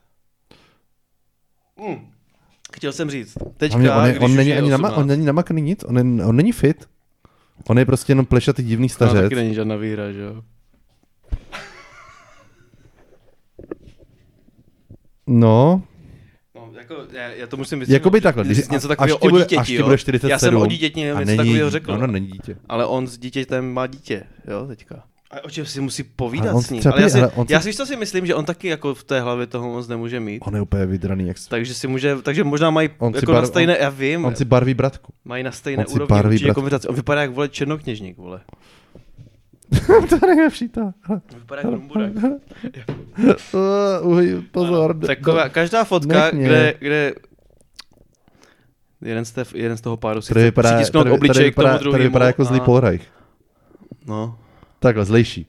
Speaker 1: Mm. Chtěl jsem říct, teďka,
Speaker 2: Hlavně on, je,
Speaker 1: když
Speaker 2: on,
Speaker 1: už
Speaker 2: není
Speaker 1: je
Speaker 2: ani nama,
Speaker 1: 18,
Speaker 2: on není namakaný nic, on, je, on není fit. On je prostě jenom plešatý divný
Speaker 1: to nám
Speaker 2: stařec.
Speaker 1: No, taky není žádná výhra, že jo?
Speaker 2: No,
Speaker 1: No, jako, já, já to musím vysvětlit.
Speaker 2: jakoby takhle. Když,
Speaker 1: Jsi něco takového
Speaker 2: až ti bude,
Speaker 1: o dítěti,
Speaker 2: až ti
Speaker 1: jo?
Speaker 2: bude 47.
Speaker 1: Já jsem o dítěti
Speaker 2: a
Speaker 1: něco
Speaker 2: není- no,
Speaker 1: takového řekl.
Speaker 2: Ono není dítě.
Speaker 1: Ale on s dítětem má dítě, jo, teďka. A o čem si musí povídat
Speaker 2: Ale on
Speaker 1: s ním?
Speaker 2: třeba
Speaker 1: Ale já, si,
Speaker 2: je- ale on
Speaker 1: já
Speaker 2: se-
Speaker 1: si víš, co si myslím, že on taky jako v té hlavě toho moc nemůže mít.
Speaker 2: On je úplně vydraný, jak s-
Speaker 1: Takže si může, takže možná mají
Speaker 2: On si
Speaker 1: jako
Speaker 2: bar-
Speaker 1: na stejné, já vím,
Speaker 2: On si barví bratku.
Speaker 1: mají na stejné
Speaker 2: on si
Speaker 1: úrovni
Speaker 2: barví
Speaker 1: určitě
Speaker 2: bratr-
Speaker 1: konverzace. On vypadá jak vole černokněžník, vole.
Speaker 2: to je nejlepší ta.
Speaker 1: Vypadá jak rumburak.
Speaker 2: Uh, uj, pozor. No,
Speaker 1: Ano, taková, každá fotka,
Speaker 2: nech mě.
Speaker 1: kde, kde jeden z, té, jeden z toho páru si
Speaker 2: Tady
Speaker 1: chce
Speaker 2: vypadá, tady,
Speaker 1: přitisknout
Speaker 2: tady,
Speaker 1: obličej
Speaker 2: tady,
Speaker 1: k
Speaker 2: vypadá,
Speaker 1: tomu druhému.
Speaker 2: tady vypadá jako zlý
Speaker 1: a-
Speaker 2: Polreich.
Speaker 1: No.
Speaker 2: Takhle, zlejší.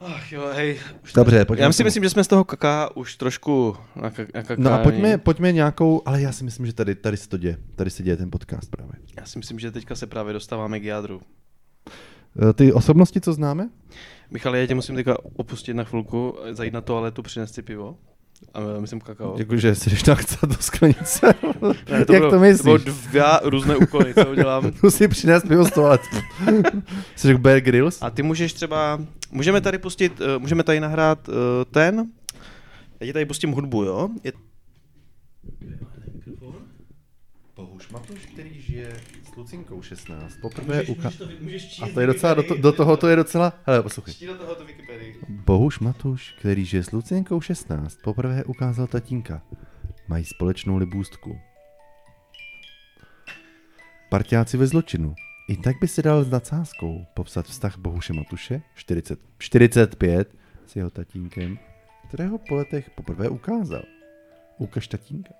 Speaker 1: Ach jo, hej. Už to-
Speaker 2: Dobře, pojďme.
Speaker 1: Já si
Speaker 2: k tomu.
Speaker 1: myslím, že jsme z toho kaká už trošku na, ka- na kaká,
Speaker 2: No a pojďme, pojďme nějakou, ale já si myslím, že tady, tady se to děje. Tady se děje ten podcast právě.
Speaker 1: Já si myslím, že teďka se právě dostáváme k jádru.
Speaker 2: Eh, Ty osobnosti, co známe?
Speaker 1: Michale, já tě musím teďka opustit na chvilku, zajít na toaletu, přinést si pivo. A myslím kakao.
Speaker 2: Jakože si jdeš nakcat do sklenice.
Speaker 1: Ne,
Speaker 2: Jak to
Speaker 1: bylo
Speaker 2: myslíš?
Speaker 1: dva různé úkoly, co udělám.
Speaker 2: Musí přinést pivo z toalet. Jsi řekl Bear Grylls?
Speaker 1: A ty můžeš třeba, můžeme tady pustit, eh, můžeme tady nahrát eh, ten, já ti tady pustím hudbu, jo? Je...
Speaker 2: Bohuš Matuš, který žije s Lucinkou 16, poprvé uka... A to je docela, do, to, do toho to je docela... Hele, poslouchej.
Speaker 1: do tohoto Wikipedii.
Speaker 2: Bohuš Matuš, který žije s Lucinkou 16, poprvé ukázal tatínka. Mají společnou libůstku. Partiáci ve zločinu. I tak by se dal s nadsázkou popsat vztah Bohuše Matuše, 40, 45, s jeho tatínkem, kterého po letech poprvé ukázal. Ukaž tatínka.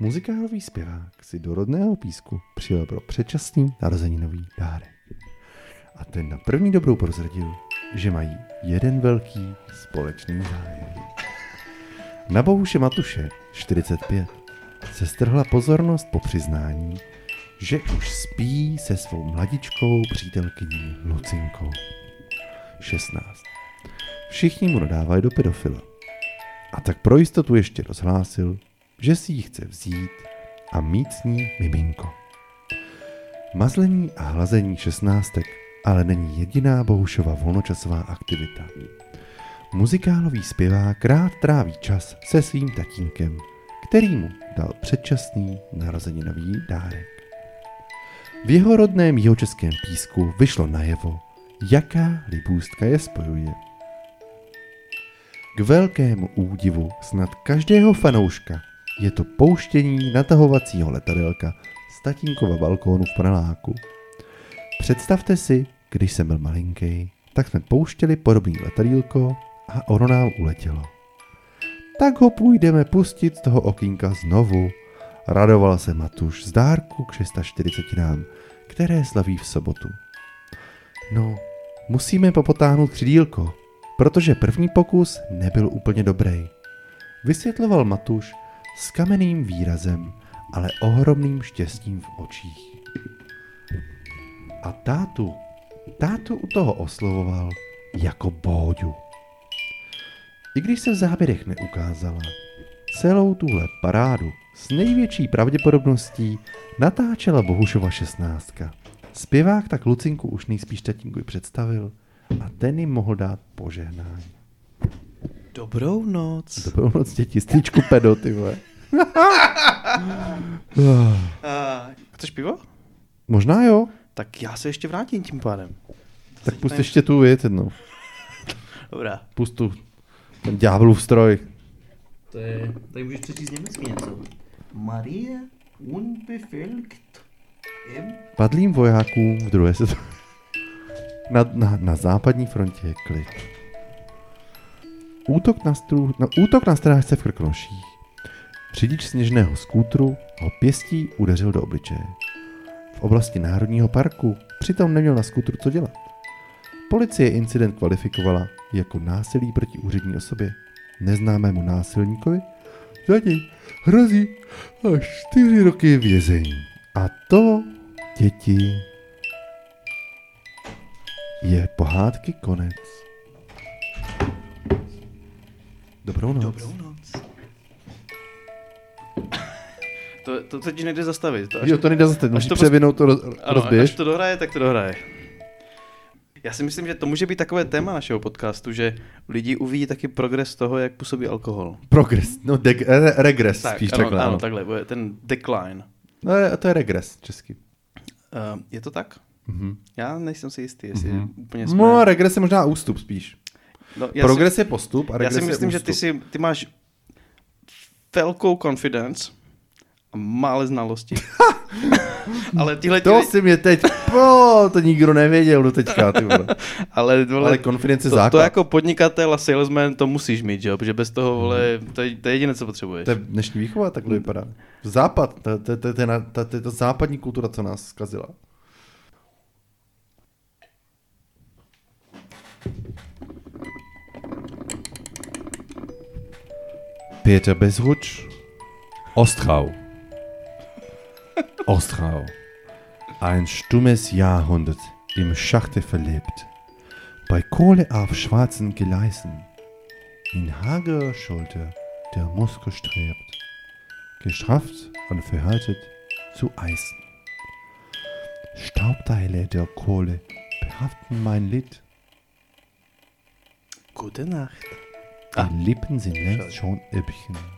Speaker 2: Muzikálový zpěvák si do rodného písku přijel pro předčasný narozeninový dárek. A ten na první dobrou prozradil, že mají jeden velký společný zájem. Na Bohuše Matuše, 45, se strhla pozornost po přiznání, že už spí se svou mladičkou přítelkyní Lucinkou. 16. Všichni mu nadávají do pedofila. A tak pro jistotu ještě rozhlásil, že si ji chce vzít a mít s ní miminko. Mazlení a hlazení šestnáctek ale není jediná Bohušova volnočasová aktivita. Muzikálový zpěvák rád tráví čas se svým tatínkem, který mu dal předčasný narozeninový dárek. V jeho rodném jihočeském písku vyšlo najevo, jaká libůstka je spojuje. K velkému údivu snad každého fanouška je to pouštění natahovacího letadelka z tatínkova balkónu v paneláku. Představte si, když jsem byl malinký, tak jsme pouštěli podobný letadílko a ono nám uletělo. Tak ho půjdeme pustit z toho okýnka znovu. Radoval se Matuš z dárku k 640 nám, které slaví v sobotu. No, musíme popotáhnout křídílko, protože první pokus nebyl úplně dobrý. Vysvětloval Matuš s kamenným výrazem, ale ohromným štěstím v očích. A tátu, tátu u toho oslovoval jako Bóďu. I když se v záběrech neukázala, celou tuhle parádu s největší pravděpodobností natáčela Bohušova šestnáctka. Zpěvák tak Lucinku už nejspíš tatínkovi představil a ten jim mohl dát požehnání.
Speaker 1: Dobrou noc.
Speaker 2: Dobrou noc děti, stýčku pedo, ty vole.
Speaker 1: Uh, chceš pivo?
Speaker 2: Možná jo,
Speaker 1: Tak já se ještě vrátím tím pádem.
Speaker 2: tak pust ještě tu věc jednou.
Speaker 1: Dobrá.
Speaker 2: Pust tu ten ďáblův stroj.
Speaker 1: To je, tady můžeš přečíst německy něco. Marie unbefilkt im
Speaker 2: Padlým vojákům v druhé světové na, na, na západní frontě je klid. Útok na, stru, na, útok na strážce v Krkonoších. Řidič sněžného skútru ho pěstí udeřil do obličeje. V oblasti Národního parku přitom neměl na skútru co dělat. Policie incident kvalifikovala jako násilí proti úřední osobě, neznámému násilníkovi, za něj hrozí až 4 roky vězení. A to, děti, je pohádky konec. Dobrou noc.
Speaker 1: Dobrou noc. To, to teď nejde zastavit. To až,
Speaker 2: Jo, to nejde zase,
Speaker 1: to
Speaker 2: musíš
Speaker 1: prostě-
Speaker 2: převinout to roz,
Speaker 1: ano,
Speaker 2: rozbiješ.
Speaker 1: až to dohraje, tak to dohraje. Já si myslím, že to může být takové téma našeho podcastu, že lidi uvidí taky progres toho, jak působí alkohol.
Speaker 2: Progres, no deg, re, regres tak, spíš
Speaker 1: ano,
Speaker 2: takhle.
Speaker 1: ano,
Speaker 2: Ano,
Speaker 1: takhle, bude ten decline.
Speaker 2: No, ale to je regres česky.
Speaker 1: Uh, je to tak?
Speaker 2: Mhm.
Speaker 1: Já nejsem si jistý, jestli mm-hmm. úplně jsme...
Speaker 2: No, regres je možná ústup spíš.
Speaker 1: no, já si-
Speaker 2: Progres je postup a
Speaker 1: Já
Speaker 2: regres
Speaker 1: si myslím,
Speaker 2: je
Speaker 1: že
Speaker 2: ústup.
Speaker 1: ty, si, ty máš velkou confidence a mále znalostí. ale tyhle,
Speaker 2: To
Speaker 1: tyhle,
Speaker 2: si mě teď, po, to nikdo nevěděl do teďka, ty vole.
Speaker 1: ale, vole,
Speaker 2: Ale konfidence
Speaker 1: to, to,
Speaker 2: základ.
Speaker 1: jako podnikatel a salesman to musíš mít, že jo? Protože bez toho, vole, to je, to je jediné, co potřebuješ.
Speaker 2: Mhm. To je dnešní výchova, takhle vypadá. Západ, to- to- to- to je na- to- to je ta západní kultura, co nás zkazila. Pěta Bezruč, Ostrau. Ostrau. Ein stummes Jahrhundert im Schachte verlebt. Bei Kohle auf schwarzen Gleisen. In hagerer Schulter der Muskel strebt, gestrafft und verhärtet zu Eisen. Staubteile der Kohle behaften mein Lid,
Speaker 1: Gute Nacht.
Speaker 2: die
Speaker 1: Ah.
Speaker 2: Lippen sind längst
Speaker 1: Schade.
Speaker 2: schon üppchen.